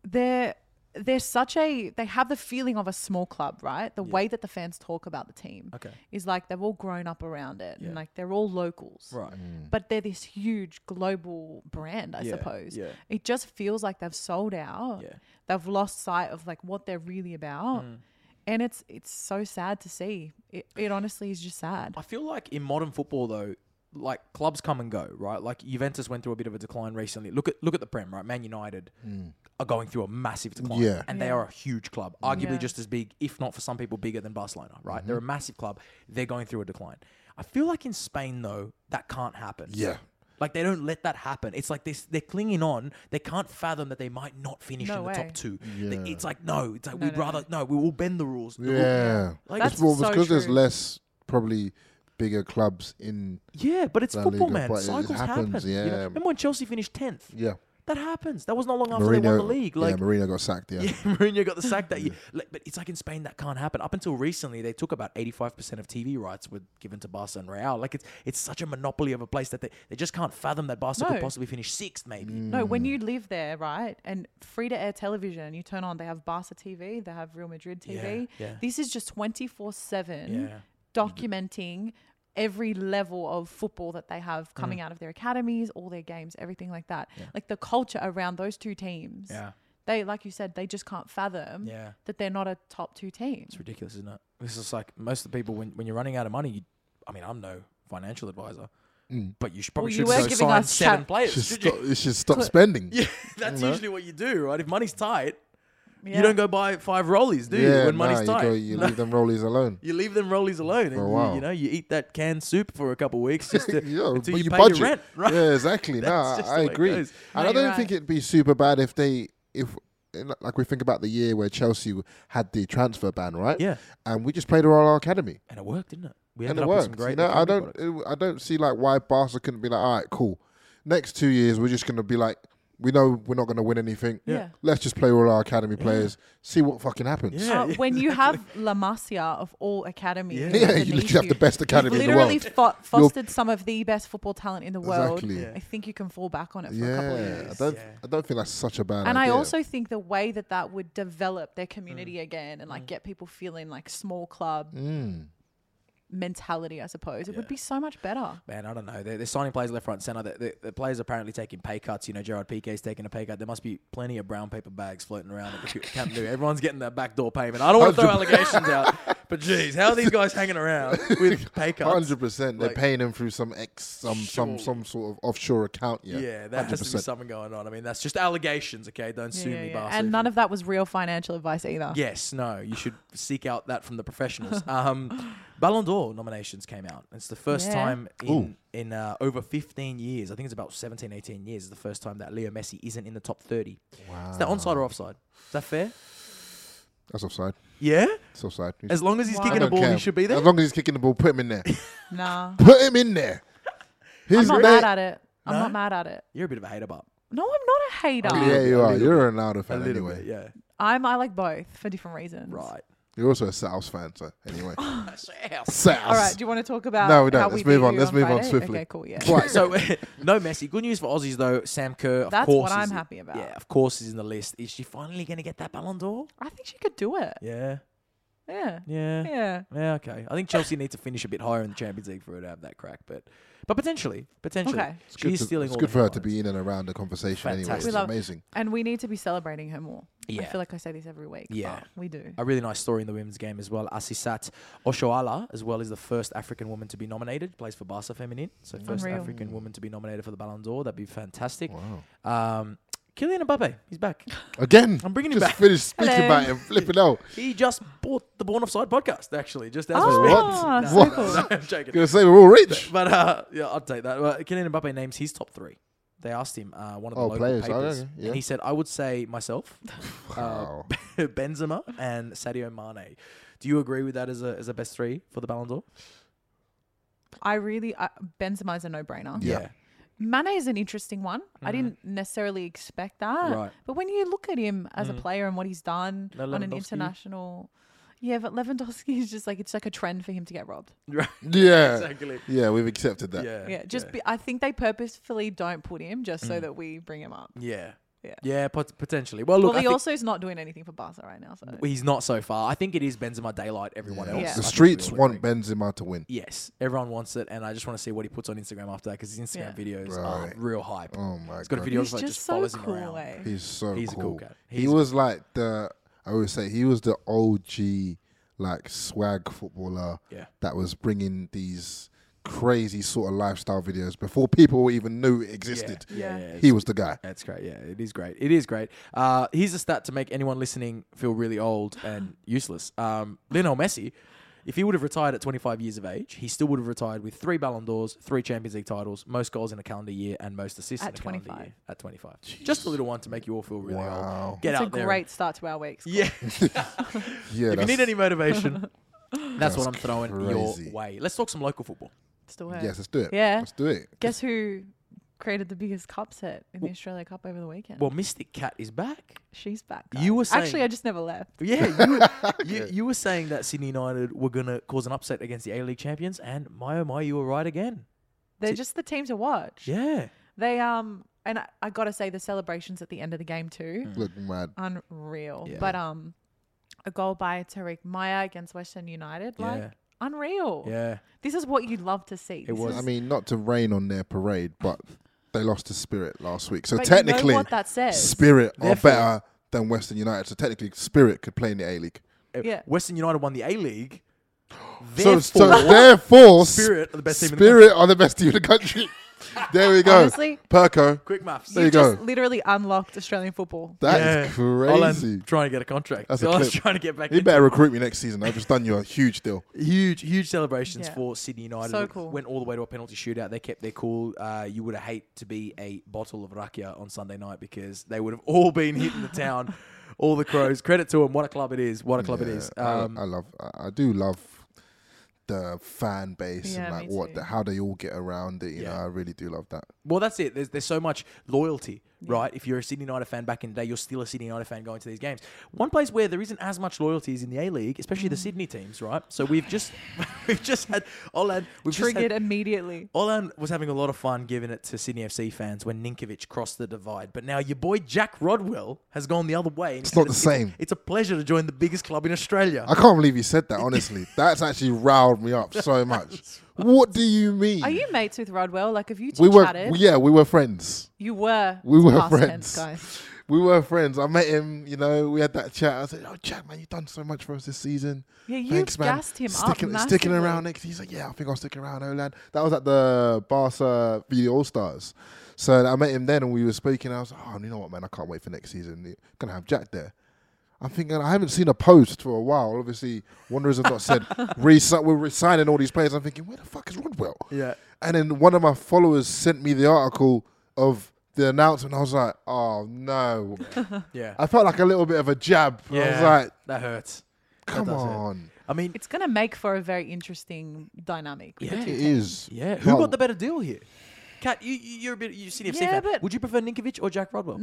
B: they're they're such a they have the feeling of a small club, right? The way that the fans talk about the team
A: Okay.
B: is like they've all grown up around it,
A: Yeah.
B: and like they're all locals,
A: Right.
B: but they're this huge global brand, I
A: Yeah,
B: suppose.
A: yeah.
B: It just feels like they've sold out.
A: Yeah. Mm.
B: They've lost sight of like what they're really about. And it's it's so sad to see. It, it honestly is just sad.
A: I feel like in modern football though, like clubs come and go, right? Like Juventus went through a bit of a decline recently. Look at look at the Prem, right? Man United are going through a massive decline,
C: Mm. Yeah.
A: and they are a huge club, arguably
B: Yeah.
A: just as big, if not for some people bigger than Barcelona, right?
C: Mm-hmm.
A: They're a massive club. They're going through a decline. I feel like in Spain though, that can't happen.
C: Yeah.
A: Like they don't let that happen. It's like this, they're clinging on. They can't fathom that they might not finish
B: No
A: in the
B: way.
A: top two.
C: Yeah.
A: It's like no. It's like
B: No,
A: we'd
B: no, no.
A: rather no. We will bend the rules. The rule-
C: Yeah.
A: Like,
B: That's
C: It's well,
B: so
C: because there's
B: true.
C: less probably bigger clubs in.
A: Yeah, but it's
C: La
A: football,
C: Liga,
A: man.
C: but it
A: Cycles
C: happens,
A: happen. you know?
C: yeah.
A: Remember when Chelsea finished tenth?
C: Yeah.
A: That happens. That was not long after they won
C: Mourinho,
A: the league.
C: yeah,
A: Like,
C: Mourinho got sacked.
A: yeah,
C: Yeah.
A: Mourinho got the sack that year. Like, but it's like in Spain that can't happen. Up until recently, they took about eighty-five percent of TV rights were given to Barca and Real. Like it's it's such a monopoly of a place that they, they just can't fathom that Barca could
B: No.
A: possibly finish sixth, maybe.
C: Mm.
B: No, when you live there, right, and free to air television, you turn on, they have Barca TV, they have Real Madrid TV.
A: Yeah, yeah.
B: This is just 24
A: Yeah.
B: 7 documenting every level of football that they have coming
A: Mm.
B: out of their academies, all their games, everything like that. Like the culture around those two teams.
A: Yeah.
B: They, like you said, they just can't fathom
A: Yeah.
B: that they're not a top two team.
A: It's ridiculous, isn't it? This is like most of the people when, when you're running out of money. You, I mean, I'm no financial advisor,
C: Mm.
A: but you should probably
B: Well, you
A: should
B: were
A: go
B: giving
A: sign
B: us
A: seven
B: chat-
A: players.
C: Should
A: should you?
C: stop, it should stop spending.
A: Yeah, that's usually what you do, right? If money's tight,
B: Yeah.
A: you don't go buy five rollies, do
C: Yeah,
A: you? When
C: nah,
A: money's
C: you,
A: tight,
C: go, you leave them rollies alone.
A: You leave them rollies alone, and
C: a
A: you- you,
C: while.
A: know you eat that canned soup for a couple of weeks just to,
C: yeah,
A: until
C: but
A: you,
C: you
A: pay
C: budget.
A: your rent. Right?
C: Yeah, exactly. no,
A: That's just
C: I
A: the way it
C: agree. And
A: goes.
C: I
B: you're
C: don't
B: right.
C: think it'd be super bad if they if in- like we think about the year where Chelsea had the transfer ban, right?
A: Yeah.
C: And we just played all our academy.
A: And it worked, didn't it? We
C: And
A: ended
C: it
A: up with some
C: worked.
A: great.
C: You know, I
A: economy
C: don't
A: products.
C: it- I don't see like why Barca couldn't be like, all right, cool. Next two years we're just gonna be like we know we're not gonna win anything.
B: Yeah.
C: Let's just play all our academy players, see what fucking happens.
A: Yeah,
B: Uh,
A: yeah,
B: when you have La Masia of all academies,
A: Yeah.
C: Yeah,
B: underneath
C: you literally have the best academy
B: You've
C: in the world.
B: literally fo-
C: You're-
B: fostered some of the best football talent in the world.
C: Exactly.
B: I think you can fall back on it for a couple of
C: Yeah, I
B: years.
C: don't. I don't think that's such a bad
B: And I
C: idea.
B: also think the way that that would develop their community
A: Mm.
B: again and like get people feeling like small club
C: Mm.
B: mentality, I suppose, it would be so much better.
A: Man, I don't know. They're, they're signing players left, front, center. The, the, the players are apparently taking pay cuts. You know, Gerard Pique's taking a pay cut. There must be plenty of brown paper bags floating around at the Camp Nou. Everyone's getting their backdoor payment. I don't want to throw allegations out, but geez, how are these guys hanging around with pay cuts?
C: Hundred percent. They're
A: Like-
C: paying him through some ex, some some some sort of offshore account. Yeah,
A: Yeah, that has to be something going on. I mean, that's just allegations, okay? Don't sue me, Barca.
B: And none of that was real financial advice either.
A: Yes, no, you should seek out that from the professionals. Um, Ballon d'Or nominations came out. It's the first
B: Yeah.
A: time in, in uh, over 15 years, I think it's about 17, 18 years, is the first time that Leo Messi isn't in the top 30. Wow. Is that onside or offside? Is that fair?
C: That's offside.
A: Yeah?
C: It's offside. He's-
A: As long as he's
B: Wow.
C: I
A: kicking a
C: don't
A: ball,
C: care.
A: he should be there.
C: As long as he's kicking the ball, put him in there.
B: Nah.
C: put him in there.
B: I'm
C: He's
B: not
C: there.
B: mad at it. I'm not mad at it.
A: You're a bit of a hater, but
B: No, I'm not a hater.
C: Yeah, you
A: A
C: are.
A: little
C: You're a Ronaldo
A: a
C: fan
A: little
C: anyway.
A: bit, yeah.
B: I'm I like both for different reasons.
A: Right.
C: You're also a South fan, so anyway.
A: Sow.
C: South.
B: All right. Do you want to talk about
C: No, we don't.
B: how
C: Let's
B: we
C: move
B: beat
C: on.
B: you
C: Let's move on
B: Friday?
C: swiftly.
B: Okay, cool. Yeah.
A: Right, so no Messi. Good news for Aussies though. Sam Kerr, of
B: That's
A: course,
B: what I'm
A: is-
B: happy about.
A: Yeah, of course, is in the list. Is she finally going to get that Ballon d'Or?
B: I think she could do it.
A: Yeah,
B: Yeah.
A: Yeah.
B: Yeah.
A: Yeah, okay. I think Chelsea need to finish a bit higher in the Champions League for her to have that crack, but but potentially, potentially,
B: Okay.
C: It's good,
A: she's
C: to,
A: stealing.
C: it's
A: all
C: good
A: the
C: for her to
A: headlines.
C: be in and around the conversation anyway.
A: Fantastic.
C: It's
B: We love-
C: amazing.
B: And we need to be celebrating her more. I
A: Yeah.
B: feel like I say this every week.
A: Yeah.
B: but we do.
A: A really nice story in the women's game as well. Asisat Oshoala, as well, is the first African woman to be nominated. Plays for Barca Feminin, so first
B: Unreal.
A: African woman to be nominated for the Ballon d'Or. That'd be fantastic.
C: Wow.
A: Um, Kylian Mbappe, he's back.
C: Again,
A: I'm bringing him
C: just
A: back.
C: finished speaking
B: Hello.
C: about him, flipping out.
A: He just bought the Born Offside podcast, actually. Just as
B: Oh,
A: we speak.
B: What? so cool.
A: No, I'm joking.
C: You're saying we're all rich.
A: But uh, yeah, I'll take that. Well, Kylian Mbappe names his top three. They asked him uh, one of the
C: Oh,
A: local
C: players. Oh,
A: papers,
C: okay. Yeah.
A: and he said, "I would say myself,
C: Wow.
A: uh, Benzema, and Sadio Mane." Do you agree with that as a as a best three for the Ballon d'Or?
B: I really I, Benzema's a no-brainer.
C: Yeah.
B: Mane is an interesting one. I didn't necessarily expect that.
A: Mm-hmm. Right.
B: But when you look at him as a player and what he's done
A: No
B: on an
A: Lewandowski.
B: international, yeah, but Lewandowski is just like it's like a trend for him to get robbed.
A: Right.
C: Yeah.
A: Exactly.
C: Yeah, we've accepted that.
A: Yeah. Mm.
B: Yeah, just Be, I think they purposefully don't put him just so that we bring him up.
A: yeah.
B: Yeah.
A: Yeah, pot- potentially. Well, look,
B: well,
A: I
B: he
A: think
B: also is not doing anything for Barca right now. So
A: he's not so far. I think it is Benzema daylight. Everyone
C: Yeah.
A: else, I
B: Yeah.
C: The
A: think we
C: streets
A: all
C: want
A: agree.
C: Benzema to win.
A: Yes, everyone wants it, and I just want to see what he puts on Instagram after that because his Instagram videos are
C: Right.
A: real hype.
C: Oh my
A: He's got a
C: God.
A: video
B: he's
A: of, like,
B: just,
A: just,
B: so
A: follows him
B: cool.
A: around.
B: Eh?
C: He's so
A: He's a
C: cool.
A: cool cat.
C: he
A: He's-
C: was like the I would say he was the OG like swag footballer
A: Yeah.
C: that was bringing these crazy sort of lifestyle videos before people even knew it existed.
A: Yeah, yeah,
C: He was the guy.
A: That's great. Yeah, it is great. It is great. Uh, here's a stat to make anyone listening feel really old and useless. Um, Lionel Messi, if he would have retired at 25 years of age, he still would have retired with three Ballon d'Ors, three Champions League titles, most goals in a calendar year, and most assists
B: At
A: in a calendar
B: 25.
A: year. At 25. Just a little one to make you all feel really
C: Wow.
A: old. Get
B: it's
A: out
B: a
A: there. and-
B: great start to our weeks.
A: yeah.
C: Yeah,
A: if you
C: that's,
A: need any motivation, that's, what I'm
C: That's
A: throwing
C: crazy.
A: your way. Let's talk some local football.
B: It's the word.
C: yes, let's do it.
B: Yeah.
C: let's do it.
B: Guess who created the biggest cup set in the Australia Cup over the weekend?
A: Well, Mystic Cat is back.
B: She's back.
A: You were
B: guys. actually,
A: saying-
B: I just never left.
A: Yeah, you were, you, you were saying that Sydney United were going to cause an upset against the A League champions, and my oh my, you were right again.
B: They're just the team to watch.
A: Yeah.
B: They um, and I, I gotta say the celebrations at the end of the game too,
C: Look, mad.
B: unreal.
A: Hmm. Yeah.
B: But um, a goal by Tariq Maya against Western United, like
A: Yeah.
B: unreal.
A: Yeah.
B: This is what you'd love to see. This
A: was-
B: is-
C: I mean, not to rain on their parade, but they lost to Spirit last week. So
B: But you know
C: technically,
B: what that says.
C: Spirit are
A: Therefore-
C: better than Western United. So technically, Spirit could play in the A League.
A: Uh,
B: Yeah.
A: Western United won the A League.
C: So, so
A: Therefore-
C: therefore,
A: Spirit are the best team in the
C: Spirit are the best team in the country. there we go.
B: Honestly-
C: Perko,
A: quick maths.
C: there you
B: just
C: go.
B: literally unlocked Australian football.
C: That
A: Yeah.
C: is
A: Holland
C: crazy.
A: trying to get a contract.
C: That's a
A: so I was
C: clip.
A: trying to get back.
C: You
A: into
C: better recruit me next season. I've just done you a huge deal.
A: huge, huge celebrations
B: Yeah.
A: for Sydney United.
B: So
A: Look,
B: cool.
A: Went all the way to a penalty shootout. They kept their cool. Uh, you would have hate to be a bottle of rakia on Sunday night because they would have all been hitting the town. All the crows. Credit to them. What a club it is. What a club it
C: Yeah,
A: is.
C: I-
A: Um,
C: I, love. I, I do love the fan base
B: Yeah,
C: and like
B: me
C: what
B: too.
C: the, how they all get around it. You know,
A: Yeah.
C: I really do love that.
A: Well, that's it. There's, there's so much loyalty, right? If you're a Sydney United fan back in the day, you're still a Sydney United fan going to these games. One place where there isn't as much loyalty is in the A League, especially the Sydney teams, right? So we've just we've just had Olan we've just
B: Triggered
A: had,
B: immediately.
C: "Oh,
A: Olan was having a lot of fun giving it to Sydney FC fans when Ninkovic crossed the divide, but now your boy Jack Rodwell has gone the other way. and
C: It's not
A: said
C: the same.
A: It's a pleasure to join the biggest club in Australia.
C: I can't believe you said that. Honestly, that's actually riled me up so much. What do you mean?
B: Are you mates with Rodwell? Like, have you two
C: we were,
B: chatted?
C: yeah, we were friends.
B: You were.
C: We were
B: past
C: friends.
B: tense, guys.
C: We were friends. I met him, you know, we had that chat. I said, Oh, Jack, man, you've done so much for us this season.
B: Yeah, you
C: Thanks, man.
B: gassed him up
C: sticking, Sticking
B: massively.
C: around next. He's like, Yeah, I think I'll stick around, Olan. That was at the Barca Video All Stars. So I met him then and we were speaking. I was like, Oh, you know what, man, I can't wait for next season. You're Gonna have Jack there. I'm thinking, I haven't seen a post for a while. Obviously, Wanderers have not said, Resi- we're resigning all these players. I'm thinking, where the fuck is Rodwell?
A: Yeah.
C: And then one of my followers sent me the article of the announcement. I was like, oh no.
A: yeah,
C: I felt like a little bit of a jab. I was
A: yeah,
C: like,
A: that hurts. That
C: come
A: does hurt.
C: on.
A: I mean,
B: It's gonna make for a very interesting dynamic. with the
A: Yeah.
C: It
B: two
C: is.
A: Yeah, who
C: Well,
A: got the better deal here? Kat, you, you- you're a bit you City FC
B: Yeah,
A: fan.
B: but- Mm,
A: Would you prefer Ninkovic or Jack Rodwell?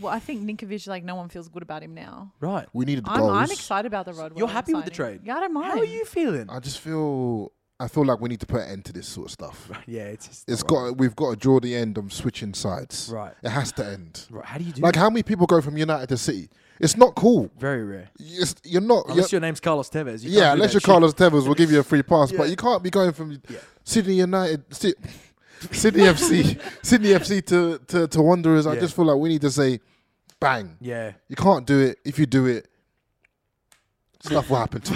B: Well, I think Ninkovic, like, no one feels good about him now.
A: Right.
C: We needed
B: I'm,
C: goals.
B: I'm excited about the Rodwell.
A: You're happy with the
B: signing.
A: trade?
B: Yeah, I don't mind.
A: How are you feeling?
C: I just feel I feel like we need to put an end to this sort of stuff.
A: Yeah, it's just
C: It's
A: right.
C: got we've got to draw the end on switching sides.
A: Right.
C: It has to end.
A: Right, How do you do?
C: Like
A: that?
C: how many people go from United to City? It's not cool.
A: Very rare.
C: It's, you're not. you're-
A: Unless your name's Carlos Tevez. You
C: yeah,
A: can't do
C: unless
A: that
C: you're
A: shit.
C: Carlos Tevez, we'll give you a free pass.
A: Yeah.
C: But you can't be going from
A: Yeah.
C: Sydney United, Sy- Sydney FC, Sydney FC to to, to Wanderers. I
A: Yeah.
C: just feel like we need to say, bang.
A: Yeah.
C: You can't do it. If you do it, stuff will happen to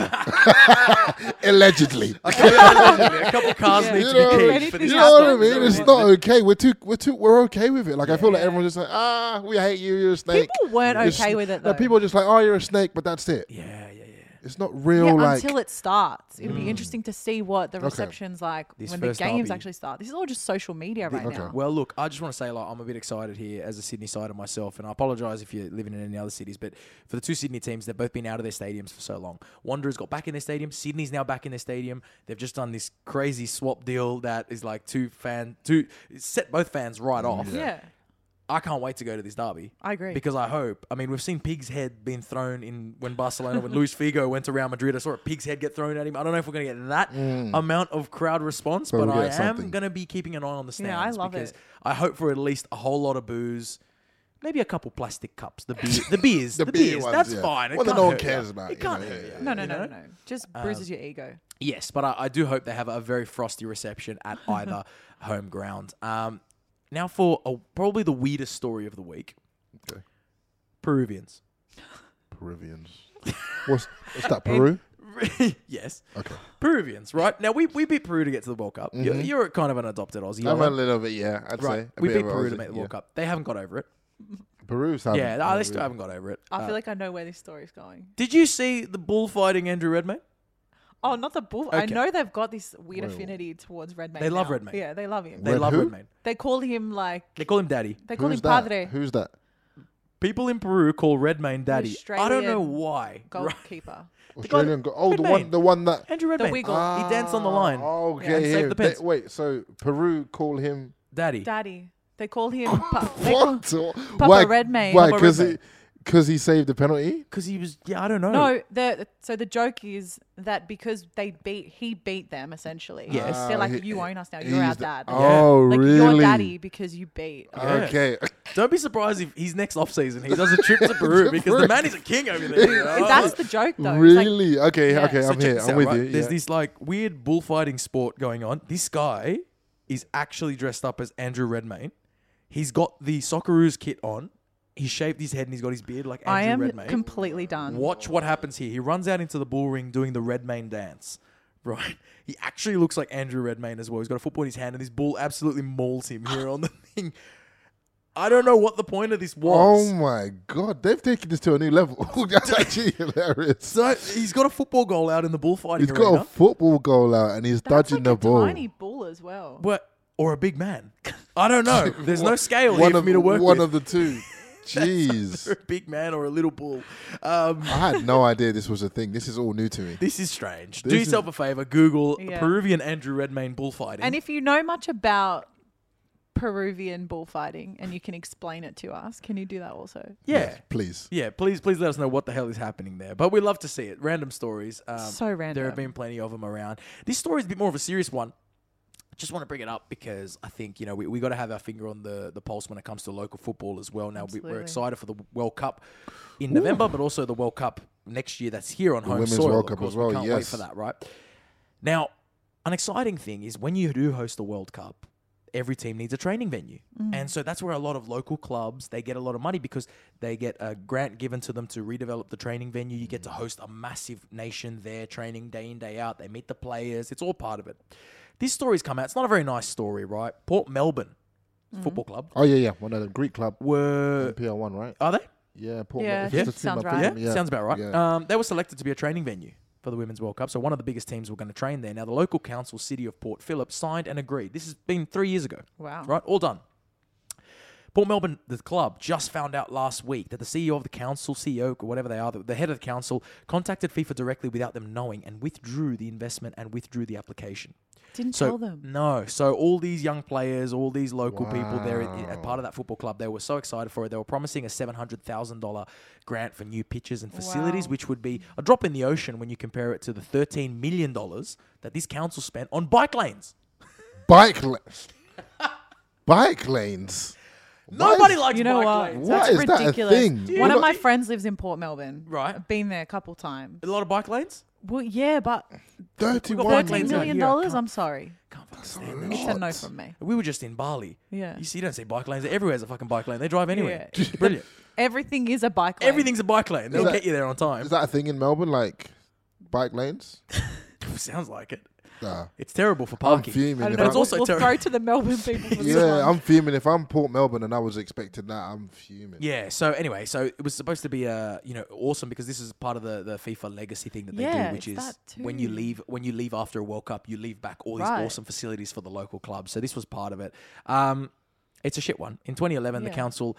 C: you. Allegedly.
A: a couple cars
B: Yeah.
A: need
C: You
A: to be
C: know, what
A: keyed
C: I mean?
A: for
B: Anything
C: you
A: this.
C: know
A: to
C: what I
A: stop.
C: mean? It's
B: Yeah.
C: not okay. We're too, we're too, we're okay with it. Like I feel like everyone's just like, ah, we hate you. You're a snake.
B: People weren't
C: It's-
B: okay with it,
C: no,
B: though.
C: people are just like, oh, you're a snake, but that's it.
A: Yeah, yeah, yeah.
C: It's not real.
B: yeah,
C: like Hmm.
B: until it starts. It'll be interesting to see what the reception's like
A: This
B: when the
A: first
B: games
A: derby.
B: actually start. This is all just social media right
C: okay.
B: now.
A: Well, look, I just want to say, like, I'm a bit excited here as a Sydney sider myself, and I apologise if you're living in any other cities, but for the two Sydney teams, they've both been out of their stadiums for so long. Wanderers got back in their stadium. Sydney's now back in their stadium. They've just done this crazy swap deal that is like two fan, two it set both fans right off.
B: Mm, Yeah.
A: I can't wait to go to this derby.
B: I agree.
A: Because I hope. I mean, we've seen pig's head being thrown in when Barcelona, when Luis Figo went to Real Madrid. I saw a pig's head get thrown at him. I don't know if we're going to get that amount of crowd response, but,
C: Mm. But we'll
A: I
C: get
A: am
C: something.
A: going to be keeping an eye on the stands.
B: Yeah, I love
A: because
B: it.
A: I hope for at least a whole lot of booze. Maybe a couple plastic cups. The beer, the beers, the,
C: The beer
A: beers.
C: ones,
A: that's
C: yeah.
A: fine. It
C: One that
A: can't
C: no one
A: hurt ya.
C: cares about,
A: It
C: you know,
A: can't
C: yeah,
A: hurt
C: yeah,
A: ya,
B: No, no,
A: you
B: no,
A: know? Um,
B: no, no. Just bruises your ego.
A: Yes, but I, I do hope they have a very frosty reception at either home ground. Um, now for a, probably the weirdest story of the week.
C: Okay.
A: Peruvians.
C: Peruvians. What's, what's that? Peru?
A: yes.
C: Okay. Mm-hmm.
A: Peruvians, right? Now we, we beat Peru to get to the World Cup. You're, you're kind of an adopted Aussie.
C: I'm
A: aren't
C: a
A: you?
C: little bit. Yeah, I'd
A: right.
C: say a
A: we
C: bit
A: beat
C: of a-
A: Peru to make the
C: yeah.
A: World Cup. They haven't got over it.
C: Peru sounds.
A: yeah, no, they still haven't got over it.
B: I
A: Uh,
B: feel like I know where this story's going.
A: did you see the bullfighting Andrew Redmayne?
B: Oh, not the bull. I
A: Okay.
B: know they've got this weird affinity towards Redmayne.
A: They love
B: now.
A: Redmayne.
B: Yeah, they love him.
A: They
C: Red
A: love
C: who?
A: Redmayne.
B: They call him like
A: They call him daddy.
B: they call
C: Who's
B: him
C: that?
B: Padre,
C: Who's that?
A: People in Peru call Redmayne daddy. I don't know
B: Australian
A: why. Right.
B: goalkeeper.
C: Australian. Go- oh, the one,
A: Redmayne.
C: the one that.
A: Andrew Redmayne. Ah,
B: wiggle.
A: he danced on the line.
C: Oh, okay.
A: and saved
C: him.
A: the pins.
C: They- wait, so Peru call him
A: Daddy.
B: Daddy. They call him pa- they call-
C: what? Or-
B: Papa
C: why?
B: Redmayne.
C: Why?
B: Papa
C: Because he,
A: Redmayne.
C: because he saved the penalty.
A: Because he was, yeah, I don't know.
B: No, the so the joke is that because they beat he beat them essentially.
A: Yes. Uh,
B: They're
C: Ah,
B: like
C: he-
B: you own us now.
C: he's
B: You're our
C: the-
B: dad.
C: Oh,
B: like
C: really?
B: you're daddy because you beat.
C: Okay.
A: Don't be surprised if his next off season he does a trip to Peru because the man is a king over there. you know?
B: That's the joke though. It's like-
C: really? okay.
B: Yeah.
C: Okay.
A: So
C: I'm
A: check
C: here.
A: this
C: I'm
A: out,
C: with
A: right?
C: you.
A: There's
C: yeah.
A: this like weird bullfighting sport going on. This guy is actually dressed up as Andrew Redmayne. He's got the Socceroos kit on. He shaved his head and he's got his beard like Andrew
B: I am
A: Redmayne.
B: completely done.
A: Watch what happens here. He runs out into the bull ring doing the Redmayne dance. Right, he actually looks like Andrew Redmayne as well. He's got a football in his hand, and this bull absolutely mauls him here on the thing. I don't know what the point of this was.
C: Oh my god, they've taken this to a new level. That's actually hilarious.
A: So he's got a football goal out in the bullfighting
C: he's
A: arena,
C: got a football goal out and he's
B: That's
C: dodging
B: like
C: the
B: a
C: ball.
B: Tiny ball as well.
A: but or a big man. I don't know. There's no scale here
C: one
A: for
C: of
A: me to work
C: one
A: with.
C: of the two. Jeez,
A: a big man or a little bull. Um,
C: I had no idea this was a thing. This is all new to me.
A: this is strange. Do
C: This
A: yourself a favor. Google
B: Yeah.
A: Peruvian Andrew Redmayne bullfighting.
B: And if you know much about Peruvian bullfighting and you can explain it to us, can you do that also?
A: yeah.
C: Please.
A: Yeah, please, please let us know what the hell is happening there. But we love to see it. Random stories. Um,
B: So
A: There have
B: random.
A: been plenty of them around. This story is a bit more of a serious one. Just want to bring it up because I think you know we, we got to have our finger on the, the pulse when it comes to local football as well. Now we, we're
B: Absolutely.
A: excited for the World Cup in November, but also the World Cup next year that's here on home
C: Women's
A: soil.
C: World
A: of
C: Cup
A: course.
C: as well,
A: We can't wait
C: yes.
A: for that, right? Now, an exciting thing is when you do host the World Cup, every team needs a training venue. And so that's where a lot of local clubs, they get a lot of money because they get a grant given to them to redevelop the training venue. You get to host a massive nation there training day in day out. They meet the players. It's all part of it. This story's come out. It's not a very nice story, right? Port Melbourne Football Club
C: Oh yeah, yeah. One of them Greek club.
A: were
C: PL one, right?
A: are they?
C: Yeah, Port
B: Yeah,
C: Melbourne.
B: yeah,
C: It's the team
B: sounds
C: I put
B: right.
A: Yeah,
C: them,
A: sounds about right.
C: Yeah.
A: Um, they were selected to be a training venue for the Women's World Cup. So one of the biggest teams were going to train there. Now, the local council city of Port Phillip signed and agreed. This has been three years ago.
B: Wow.
A: Right? All done. Port Melbourne, the club, just found out last week that the CEO of the council, CEO, or whatever they are, the, the head of the council, contacted FIFA directly without them knowing and withdrew the investment and withdrew the application.
B: Didn't
A: So
B: tell them.
A: no, so all these young players, all these local people there at, at part of that football club, they were so excited for it. They were promising a seven hundred thousand dollar grant for new pitches and facilities,
B: Wow.
A: which would be a drop in the ocean when you compare it to the thirteen million dollars that this council spent on bike lanes.
C: Bike, la- bike lanes. Why
A: Nobody
C: is-
A: likes
B: You know
A: bike
B: what?
A: lanes.
C: Why
B: That's
C: is that a
B: ridiculous.
C: thing? We're
B: One
C: not-
B: of my friends lives in Port Melbourne.
A: Right.
B: I've been there a couple times.
A: A lot of bike lanes.
B: Well, yeah, but
A: got
C: 31
A: bike
B: thirteen
A: lanes out
B: million
A: here. I
B: dollars.
A: can't-
B: I'm sorry,
A: Can't fucking stand that.
B: it's a no from me.
A: We were just in Bali.
B: Yeah.
A: You see, you don't see bike lanes. Everywhere's a fucking bike lane. They drive anywhere.
B: Yeah.
A: Brilliant.
B: Everything is a bike. Lane.
A: Everything's a bike lane. They'll
C: that-
A: get you there on time.
C: Is that a thing in Melbourne? Like bike lanes?
A: Sounds like it.
C: Nah.
A: It's terrible for
C: I'm
A: parking.
C: fuming.
B: I don't
C: if
B: know.
A: But
C: I'm-
A: it's also
B: we'll
A: terri-
B: throw to the Melbourne people. for this
C: yeah,
B: one.
C: I'm fuming. If I'm Port Melbourne and I was expecting that, I'm fuming.
A: Yeah. So anyway, so it was supposed to be uh, you know awesome because this is part of the, the FIFA legacy thing that they
B: Yeah,
A: do, which
B: it's
A: is
B: that
A: when you
B: too.
A: leave when you leave after a World Cup, you leave back all these
B: Right.
A: awesome facilities for the local club. So this was part of it. Um, it's a shit one. In 2011, the
B: Yeah.
A: council.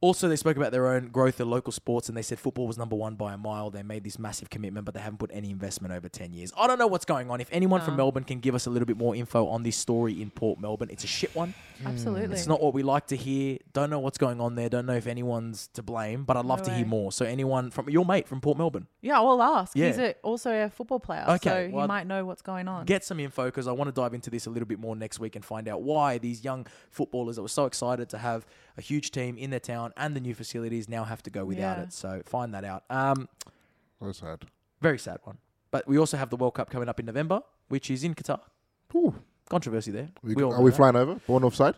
A: Also, they spoke about their own growth in local sports, and they said football was number one by a mile. They made this massive commitment, but they haven't put any investment over ten years. I don't know what's going on. If anyone from Melbourne can give us a little bit more info on this story in Port Melbourne, it's a shit one.
B: Absolutely.
A: It's not what we like to hear. Don't know what's going on there. Don't know if anyone's to blame, but I'd love
B: No
A: to hear
B: way.
A: more. So anyone from your mate from Port Melbourne,
B: Yeah, we'll ask. He's
A: Yeah.
B: a, also a football player,
A: Okay,
B: so
A: well,
B: he might know what's going on.
A: get some info because I want to dive into this a little bit more next week and find out why these young footballers that were so excited to have a huge team in their town and the new facilities now have to go without
B: Yeah.
A: it. So find that out. Um,
C: So sad.
A: very sad one. But we also have the World Cup coming up in November, which is in Qatar.
C: Ooh.
A: Controversy there.
C: We,
A: all
C: are
A: know
C: we
A: that.
C: flying over? Born offside?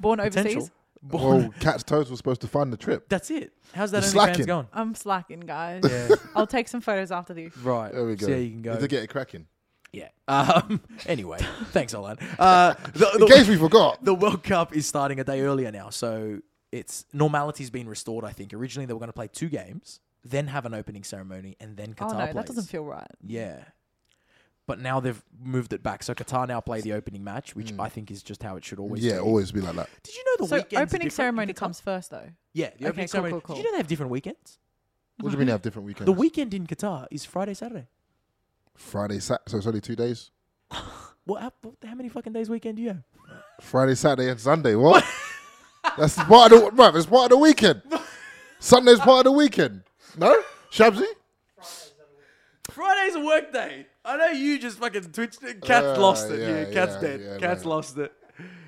B: Born
A: Potential.
B: overseas.
C: Well, Cat's Toes was supposed to fund the trip.
A: That's it. How's that
C: You're
A: OnlyFans
C: slacking.
A: going?
B: I'm slacking, guys.
A: Yeah.
B: I'll take some photos after this.
A: Right.
C: There we go.
A: See how you can go.
C: Did they get it cracking?
A: Yeah. Um, anyway, thanks, Alan. Uh, the,
C: In
A: the-
C: case we forgot.
A: the World Cup is starting a day earlier now, so it's normality's been restored. I think originally they were going to play two games, then have an opening ceremony, and then Qatar
B: oh no,
A: plays.
B: that doesn't feel right.
A: Yeah. But now they've moved it back, so Qatar now play the opening match, which I think is just how it should always.
C: Mm. Yeah,
A: be.
C: always be like that.
A: Did you know the weekends
B: So
A: are different
B: opening
A: in
B: ceremony
A: Qatar?
B: comes first, though.
A: Yeah, the
B: Okay,
A: opening
B: cool,
A: ceremony.
B: cool,
A: Did you
B: cool.
A: know they have different weekends?
C: What do you mean they have different weekends?
A: The weekend in Qatar is Friday, Saturday.
C: Friday, Sat. So it's only two days.
A: What? How, what- how many fucking days weekend do you have?
C: Friday, Saturday, and Sunday. What? That's part of the right. It's part of the weekend. Sunday's part of the weekend. No, Shabzi.
A: Friday's a work day. I know you just fucking twitched it. Cat's
C: Uh,
A: lost it.
C: yeah,
A: Yeah, cat's
C: yeah,
A: dead.
C: yeah,
A: cat's
C: no.
A: lost it.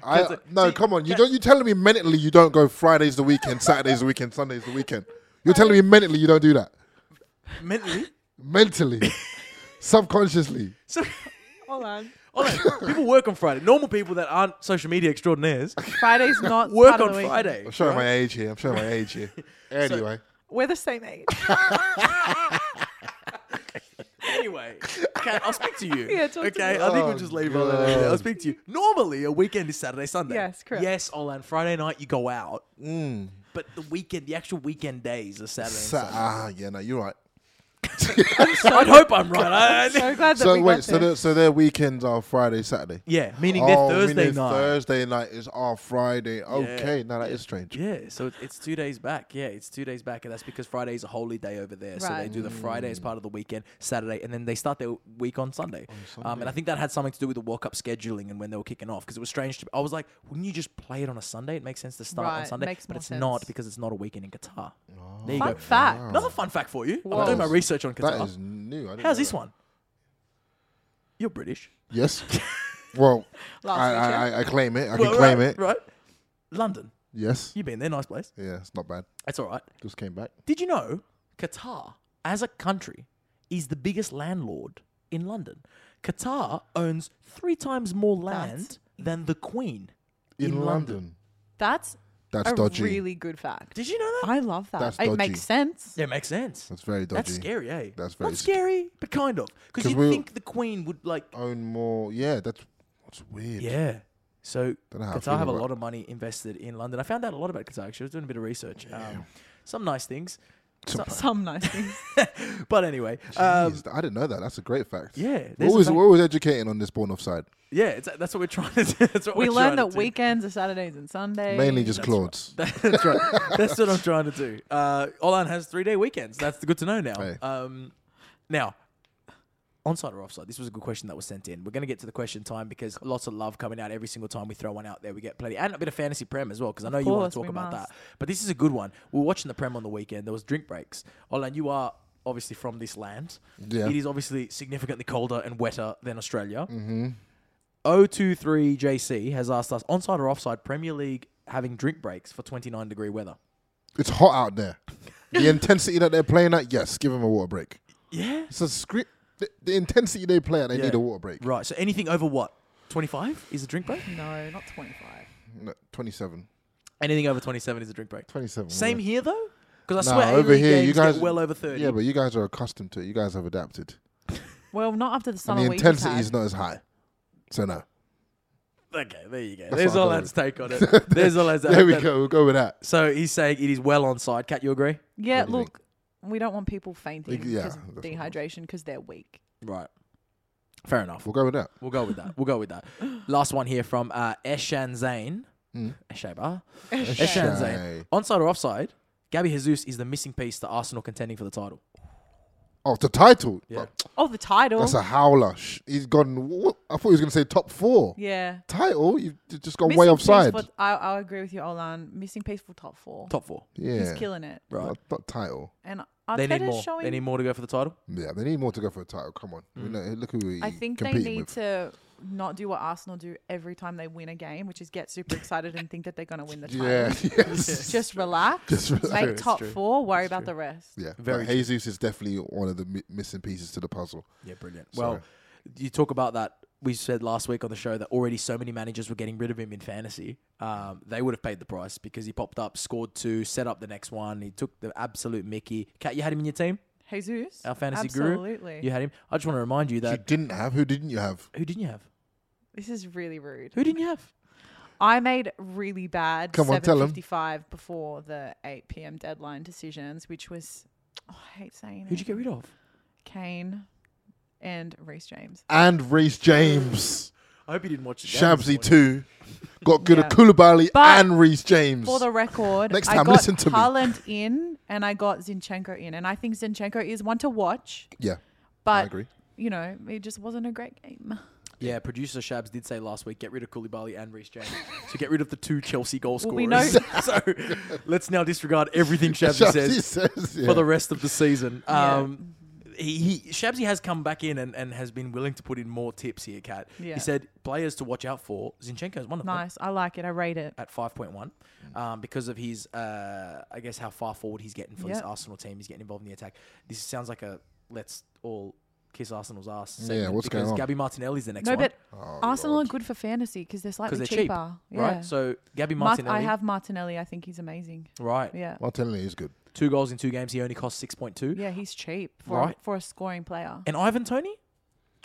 C: I,
A: Cat's-
C: no,
A: See,
C: come on. You
A: Cat-
C: don't. You telling me mentally you don't go Friday's the weekend, Saturday's the weekend, Sunday's the weekend. You're telling me mentally you don't do that.
A: mentally.
C: Mentally, subconsciously.
A: So,
B: Hold on.
A: all right, people work on Friday. Normal people that aren't social media extraordinaires
B: Friday's not
A: work
B: part of
A: on
B: the week.
A: Friday.
C: I'm showing my age here. I'm showing my age here. Anyway,
B: We're the same age.
A: Anyway, Cat, I'll speak to you.
B: Yeah, talk to
A: okay,
B: me.
A: I think we'll just leave all that.
C: Oh,
A: there. I'll speak to you. Normally, a weekend is Saturday, Sunday.
B: Yes, correct.
A: Yes, Olan, Friday night you go out. But the weekend, the actual weekend days are Saturday. and
C: Mm. Sa-
A: Sunday.
C: ah, yeah, no, you're right.
A: I'd hope I'm right. I- I-
B: so glad that
C: So
B: we
C: wait,
B: got
C: so
B: there.
C: their, so their weekends are Friday, Saturday.
A: yeah, meaning
C: oh,
A: they're Thursday
C: meaning
A: night.
C: Thursday night is our Friday. Okay, now that is strange.
A: Yeah, so it- it's two days back. Yeah, it's two days back, and that's because Friday is a holy day over there. So they
B: Right.
A: do the Friday as part of the weekend, Saturday, and then they start their week on Sunday. Um, and I think that had something to do with the World Cup scheduling and when they were kicking off because it was strange. To, I was like, wouldn't you just play it on a Sunday? It makes sense to start on
B: Right,
A: Sunday,
B: makes
A: but
B: more
A: it's not
B: sense.
A: because it's not a weekend in Qatar. There you
B: Fun
A: go.
B: fact.
A: Another fun fact for you.
B: Whoa.
A: I'm doing my
C: That is-
A: research on
C: Oh. That
A: Qatar.
C: is new. I didn't
A: How's
C: know
A: this
C: that.
A: one? You're British.
C: Yes. well,
B: Last
C: I, I,
B: weekend.
C: I- I claim it. I
A: Well,
C: can claim
A: right,
C: it.
A: Right. London.
C: Yes.
A: You've been there. Nice place.
C: Yeah, it's not bad.
A: That's all right.
C: Just came back.
A: Did you know Qatar, as a country, is the biggest landlord in London? Qatar owns three times more land than the Queen.
C: In,
A: In
C: London.
A: London.
B: That's
C: That's
B: a
C: dodgy.
B: really good fact.
A: Did you know that?
B: I love that.
C: That's
B: it
C: dodgy.
B: makes sense.
A: Yeah, makes sense.
C: That's very dodgy.
A: That's scary, eh?
C: That's very
A: Not
C: sc-
A: scary, but kind of. Because
C: 'Cause
A: you'd
C: we'll-
A: think the Queen would like.
C: Own more. Yeah, that's that's weird.
A: Yeah. So
C: Dunno how I
A: Qatar
C: feel
A: have a
C: about-
A: lot of money invested in London. I found out a lot about Qatar actually. I was doing a bit of research. Um, some nice things.
B: So, some nice things.
A: But anyway, um,
C: Jeez, I didn't know that. That's a great fact.
A: Yeah,
C: We're
A: there's a
C: always,
A: fact.
C: we're always educating on this born offside.
A: yeah, it's, that's what we're trying to do. That's what
B: we
A: we're trying
B: learned that
A: to do.
B: weekends are Saturdays and Sundays.
C: Mainly just Claude's.
A: That's right. That's what I'm trying to do. Uh, Olan has three day weekends. That's good to know now.
C: Hey.
A: Um, now, onside or offside? This was a good question that was sent in. We're going to get to the question time because lots of love coming out every single time we throw one out there. We get plenty. And a bit of fantasy prem as well because I know you want
B: course,
A: to talk
B: we
A: about
B: must.
A: that. But this is a good one. We were watching the prem on the weekend. There was drink breaks. Olan, you are obviously from this land.
C: Yeah.
A: It is obviously significantly colder and wetter than Australia.
C: Mm-hmm.
A: 023 JC has asked us onside or offside Premier League having drink breaks for 29 degree weather.
C: It's hot out there. the intensity that they're playing at, yes, give them a water break.
A: Yeah.
C: It's a scre- the, the intensity they play at, they need a water break.
A: Right. So anything over what? 25 is a drink break?
B: No, not 25.
C: No, 27.
A: Anything over 27 is a drink break.
C: 27.
A: Same
C: yeah.
A: here though? Because I
C: Nah,
A: swear
C: over here, you guys
A: get well over 30.
C: Yeah, but you guys are accustomed to it. You guys have adapted.
B: Well, not after the
C: And
B: summer
C: the
B: week.
C: intensity is not as high. So, no.
A: okay, there you go. There's
C: what I
A: all
C: got
A: that's take on it. There's all that's
C: There we go. We'll go with that.
A: So he's saying it is well on side. Cat, you agree?
B: Yeah,
C: What do you
B: look, we don't want people fainting
C: Like, yeah,
B: because of
C: that's what it was.
B: dehydration because they're weak.
A: Right. Fair enough.
C: We'll go with that.
A: We'll go with that. We'll go with that. Last one here from uh, Eshan Zain.
C: Mm.
A: Eshaba.
C: Eshan
A: Eshan Zain.
C: Zain.
A: Onside or offside, Gabby Jesus is the missing piece to Arsenal contending for the title.
C: Oh, the title.
A: Yeah.
B: Oh, the title.
C: That's a howler. Sh- He's gone. What? I thought he was going to say top four.
B: yeah.
C: Title? You've j- just gone
B: Missing
C: way
B: piece
C: offside.
B: for- I, I agree with you, Olan. Missing piece for top four.
A: Top four.
C: yeah.
B: He's killing it.
A: Right.
C: Not, not title.
B: And
A: they need
B: Arteta's
A: more.
B: showing.
A: They need more to go for the title.
C: Yeah, they need more to go for a title. Come on. We
A: Mm.
C: know, look who we
B: I think they
C: competing
B: need
C: with.
B: to not do what Arsenal do every time they win a game, which is get super excited and think that they're going to win the title.
C: Yeah. yes.
B: Just relax.
C: Just relax.
B: Make
C: True,
B: top four. Worry about the rest.
C: Yeah,
A: Very
C: but Jesus is definitely one of the mi- missing pieces to the puzzle.
A: Yeah, brilliant. Well, you talk about that. We said last week on the show that already so many managers were getting rid of him in fantasy. Um, they would have paid the price because he popped up, scored two, set up the next one. He took the absolute Mickey. Cat, you had him in your team,
B: Jesus.
A: our fantasy
B: Absolutely.
A: guru. You had him. I just want to remind you
C: you
A: that
C: didn't have who didn't you have?
A: who didn't you have?
B: This is really rude.
A: Who didn't you have?
B: I made really bad
C: Come on, tell 'em.
B: 7.55 before the 8 p.m. deadline decisions, which was, oh, I hate saying
A: Who'd
B: it.
A: you get rid of?
B: Kane and Reese James.
C: And Reese James,
A: I hope you didn't watch it.
C: Shabsy too, got good
B: Yeah.
C: at Koulibaly
B: But
C: and Reese James.
B: For the record,
C: Next
B: I
C: time,
B: got
C: listen to me.
B: Haaland in and I got Zinchenko in. And I think Zinchenko is one to watch,
C: yeah,
B: but,
C: agree.
B: you know, it just wasn't a great game.
A: Yeah, producer Shabs did say last week, get rid of Koulibaly and Reece James. so get rid of the two Chelsea goal
B: Well,
A: scorers.
B: we know-
A: so let's now disregard everything Shabs
C: Shabsy
A: says.
C: says, yeah.
A: for the rest of the season. Um, he, he Shabsy has come back in and, and has been willing to put in more tips here, Kat.
B: Yeah.
A: He said players to watch out for. Zinchenko is one of them
B: Nice. I like it. I rate it.
A: at 5.1
C: Mm.
A: um, because of his, uh, I guess, how far forward he's getting for this
B: Yeah.
A: Arsenal team. He's getting involved in the attack. This sounds like a let's all kiss Arsenal's ass.
C: Yeah,
A: segment
C: what's
A: because
C: going on?
A: Gabby Martinelli's the next
B: No,
A: one
B: but
C: Oh,
B: Arsenal are good for fantasy because they're
A: because
B: slightly
A: they're
B: cheaper.
A: cheap,
B: yeah.
A: right? So Gabby
B: Mart-
A: Martinelli,
B: I have Martinelli. I think he's amazing.
A: right?
B: Yeah.
C: Martinelli is good.
A: Two goals in two games. He only costs six point two.
B: Yeah, he's cheap for
A: Right.
B: for a scoring player.
A: And Ivan Tony,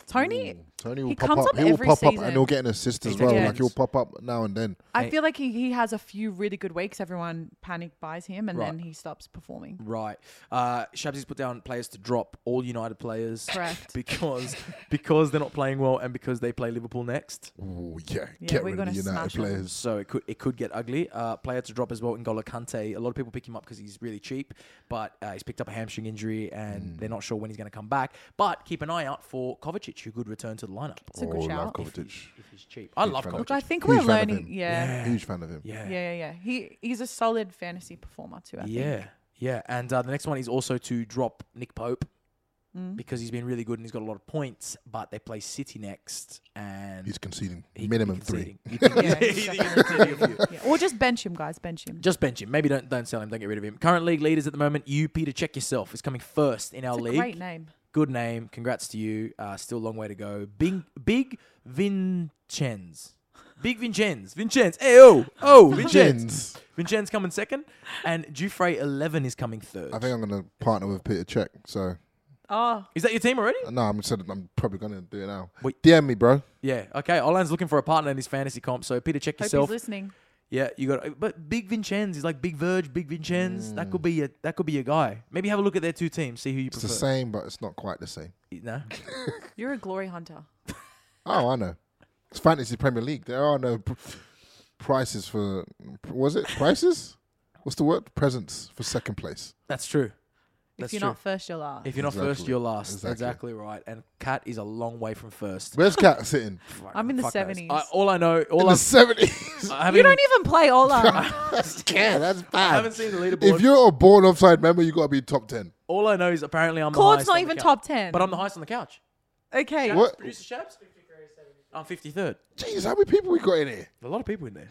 B: Tony,
C: Tony will
B: he
C: pop
B: comes
C: up.
B: up
C: He will
B: every
C: pop up
B: season.
C: and he'll get an assist as
A: He
C: well.
B: does.
C: Like he'll pop up now and then.
B: I feel like he, he has a few really good weeks. Everyone panic buys him, and
A: Right.
B: then he stops performing.
A: Right. Uh, Shabsy's put down players to drop all United players.
B: Correct.
A: because because they're not playing well and because they play Liverpool next.
C: Ooh, yeah,
B: Yeah,
C: get
B: we're
C: rid of the
B: gonna
C: United
B: smash 'em.
C: players.
A: So it could it could get ugly. Uh, player to drop as well in N'Golo Kante. A lot of people pick him up because he's really cheap, but uh, he's picked up a hamstring injury and
C: Mm.
A: they're not sure when he's going to come back. But keep an eye out for Kovacic, who could return to the lineup
B: It's a good
C: Oh,
B: shout.
C: love Kovacic.
A: if he's cheap. I love
C: fan
A: Kovacic.
C: of
B: Look, I think
C: Huge
B: we're
C: fan of
B: learning.
C: him.
B: Yeah.
C: Huge fan of him.
B: yeah,
A: Yeah.
B: yeah, yeah, He he's a solid fantasy performer too. I think.
A: Yeah, yeah. And uh, the next one is also to drop Nick Pope
B: Mm.
A: because he's been really good and he's got a lot of points. But they play City next, and
C: He's conceding
A: he-
C: minimum
A: he
C: three.
A: conceding. He can-
B: Yeah,
A: he
B: he's
A: can
B: definitely-
A: concede a few.
B: yeah. Or just bench him, guys. Bench him.
A: Just bench him. Maybe don't don't sell him. Don't get rid of him. Current league leaders at the moment. You Peter, check yourself. Is coming first in our
B: It's a
A: league.
B: great name.
A: Good name. Congrats to you. Uh, still a long way to go. Big Big Vincenz. Big Vincenz. Vincenz. Hey oh oh Vincenz.
C: Jens.
A: Vincenz coming second, and Dufray eleven is coming third.
C: I think I'm gonna partner with Peter Check. So
B: Oh,
A: is that your team already?
C: no, I'm said I'm probably gonna do it now.
A: Wait.
C: DM me, bro.
A: Yeah. Okay. Olan's looking for a partner in his fantasy comp. So Peter, check
B: hope
A: yourself.
B: he's listening.
A: Yeah, you got. But Big Vincenz is like Big Verge, Big Vincenz. That could be a that could be a guy. Maybe have a look at their two teams, see who you
C: It's the
A: prefer.
C: same, but it's not quite the same.
A: No,
B: You're a glory hunter.
C: Oh, I know. It's fantasy Premier League. There are no pr- prices for. Was it prices? What's the word? Presents for second place.
A: that's true.
B: If
A: That's
B: you're
A: true.
B: not first, you're last.
A: If you're not first,
C: Exactly.
A: you're last. Exactly.
C: Exactly.
A: right. And Cat is a long way from first.
C: Where's Cat sitting?
B: I'm in the
A: Fuck knows.
B: 70s.
A: I, all I know, all
C: In the
A: I've,
C: seventies.
A: I haven't
B: you
A: even,
B: don't even play Ola.
C: yeah, that's bad.
A: I haven't seen the leaderboard.
C: If you're a born offside member, you gotta be top ten.
A: all I know is apparently I'm. the
B: Claude's
A: highest
B: not
A: on the
B: even
A: couch.
B: top 10.
A: But I'm the highest on the couch.
B: okay.
C: What?
A: Producer Shabs. I'm 53rd.
C: Jeez, how many people we got in here?
A: A lot of people in there.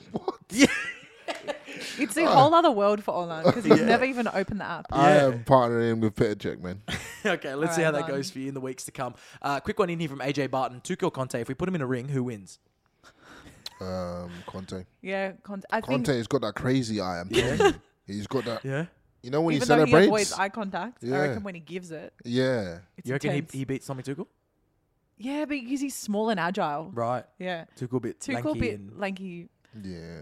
B: It's a
A: Uh.
B: whole other world for Ola because he's never even opened the app.
C: I
A: Yeah.
C: am partnering with Peter Jack, man.
A: okay, let's see
B: Alright,
A: how that
B: go on.
A: goes for you in the weeks to come. Uh, quick one in here from AJ Barton. Tuchel Conte. If we put him in a ring, who wins?
C: Um, Conte.
B: Yeah, Conte. I think
C: Conte has got that crazy eye. I'm telling you. He's got that.
A: Yeah.
C: You know when
B: even
C: he
B: though he
C: celebrates.
B: avoids eye contact, I
C: Yeah.
B: reckon when he gives it,
C: yeah.
B: it's
A: You reckon he,
B: intense.
A: he beats Tommy Tuchel?
B: yeah, because he's small and agile.
A: Right.
B: Yeah.
A: Tuchel bit
B: Tuchel
A: lanky
B: bit
A: and
B: lanky.
C: Yeah.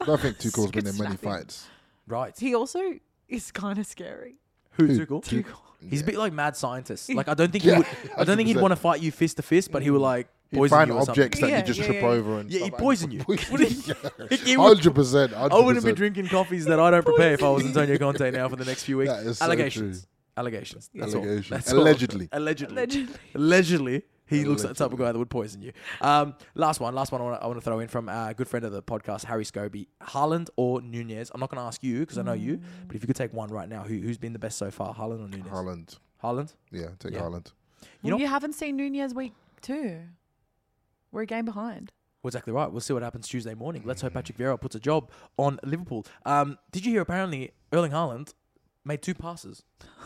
C: I don't think Tuchel's been in many
B: Snapping.
C: fights.
A: right.
B: He also is kind of scary.
A: Who,
C: Who?
A: Tuchel?
C: Tuchel.
A: He's a bit like mad scientist. Like I don't think he
C: Yeah,
A: would. I don't think he'd
C: 100%.
A: want to fight you fist to fist, but he would like
C: He'd
A: poison
C: find
A: you or
C: objects
A: something.
C: that
B: Yeah,
C: you just
B: yeah,
C: trip
B: yeah.
C: over and
A: Yeah, he'd
C: stuff.
A: poison you. Wouldn't he? He would-
C: Hundred percent.
A: I wouldn't be drinking coffees that I don't prepare if I was Antonio Conte now for the next few weeks.
C: That is so
A: Allegations.
C: true.
A: Allegations. That's
C: Allegations.
A: All. That's
C: Allegedly.
A: All. Allegedly.
B: Allegedly.
A: Allegedly, He looks like the type of guy that would poison you. Um, last one, last one I want to I wanna throw in from uh, a good friend of the podcast, Harry Scobie. Haaland or Nunez? I'm not going to ask you because I know you, but if you could take one right now, who, who's been the best so far, Haaland or Nunez?
C: Haaland.
A: Haaland?
C: Yeah, take
A: Yeah.
C: Haaland.
A: You
B: You, well,
A: know-
B: you haven't seen Nunez week two. We're a game behind.
A: Well, exactly right. We'll see what happens Tuesday morning. Let's hope Patrick Vieira puts a job on Liverpool. Um, did you hear apparently Erling Haaland made two passes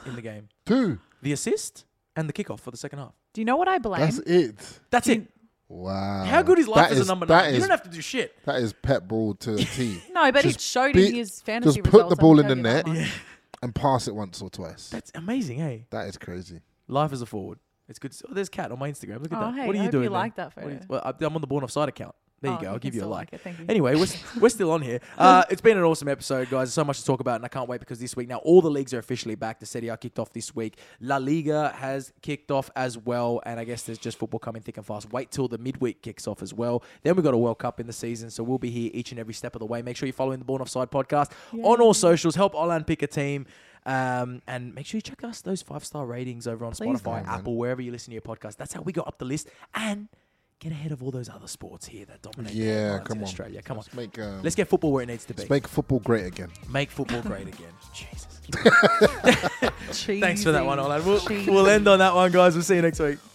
A: in the game?
C: Two.
A: the assist and the kickoff for the second half.
B: Do you know what I blame?
C: That's it.
A: That's it.
C: Wow.
A: How good is life
C: Oh. That
A: as
C: is-
A: a number
C: that
A: nine? you
C: is-
A: don't have to do shit.
C: That is pet ball to a T.
B: no, but it
C: Just
B: showed in
C: be-
B: his fantasy
C: just put
B: results,
C: the
B: I'm
C: ball in the
B: telling you that
C: net
B: much.
C: and pass it once or twice.
A: That's amazing, hey.
C: That is crazy.
A: Life as a forward. It's good. to see- Oh, there's Cat on my Instagram. Look at
B: Oh,
A: that.
B: hey,
A: what are you
B: I hope
A: doing?
B: you
A: there?
B: like that
A: What are you-
B: photo.
A: well, I- I'm on the Born Offside account. There
B: Oh,
A: you go. I'll
B: you can
A: give you a
B: still
A: like.
B: like it. Thank you.
A: Anyway, we're, s- we're still on here. Uh, it's been an awesome episode, guys. There's so much to talk about, and I can't wait because this week now all the leagues are officially back. The Serie A kicked off this week. La Liga has kicked off as well, and I guess there's just football coming thick and fast. Wait till the midweek kicks off as well. Then we've got a World Cup in the season, so we'll be here each and every step of the way. Make sure you're following the Born Offside podcast on all socials. Help Olan pick a team. Um, and make sure you check us those five star ratings over on Spotify, Apple, wherever you listen to your podcast. That's how we go up the list and get ahead of all those other sports here that dominate. the
C: Yeah,
A: headlines
C: come
A: in
C: on.
A: Australia. Come on.
C: Let's make, um,
A: Let's get football where it needs to be.
C: Let's
A: Make,
C: make football great again.
A: football great again. Jesus.
B: Cheesy.
A: Thanks for that one, Olan. We'll, we'll end on that one, guys. We'll see you next week.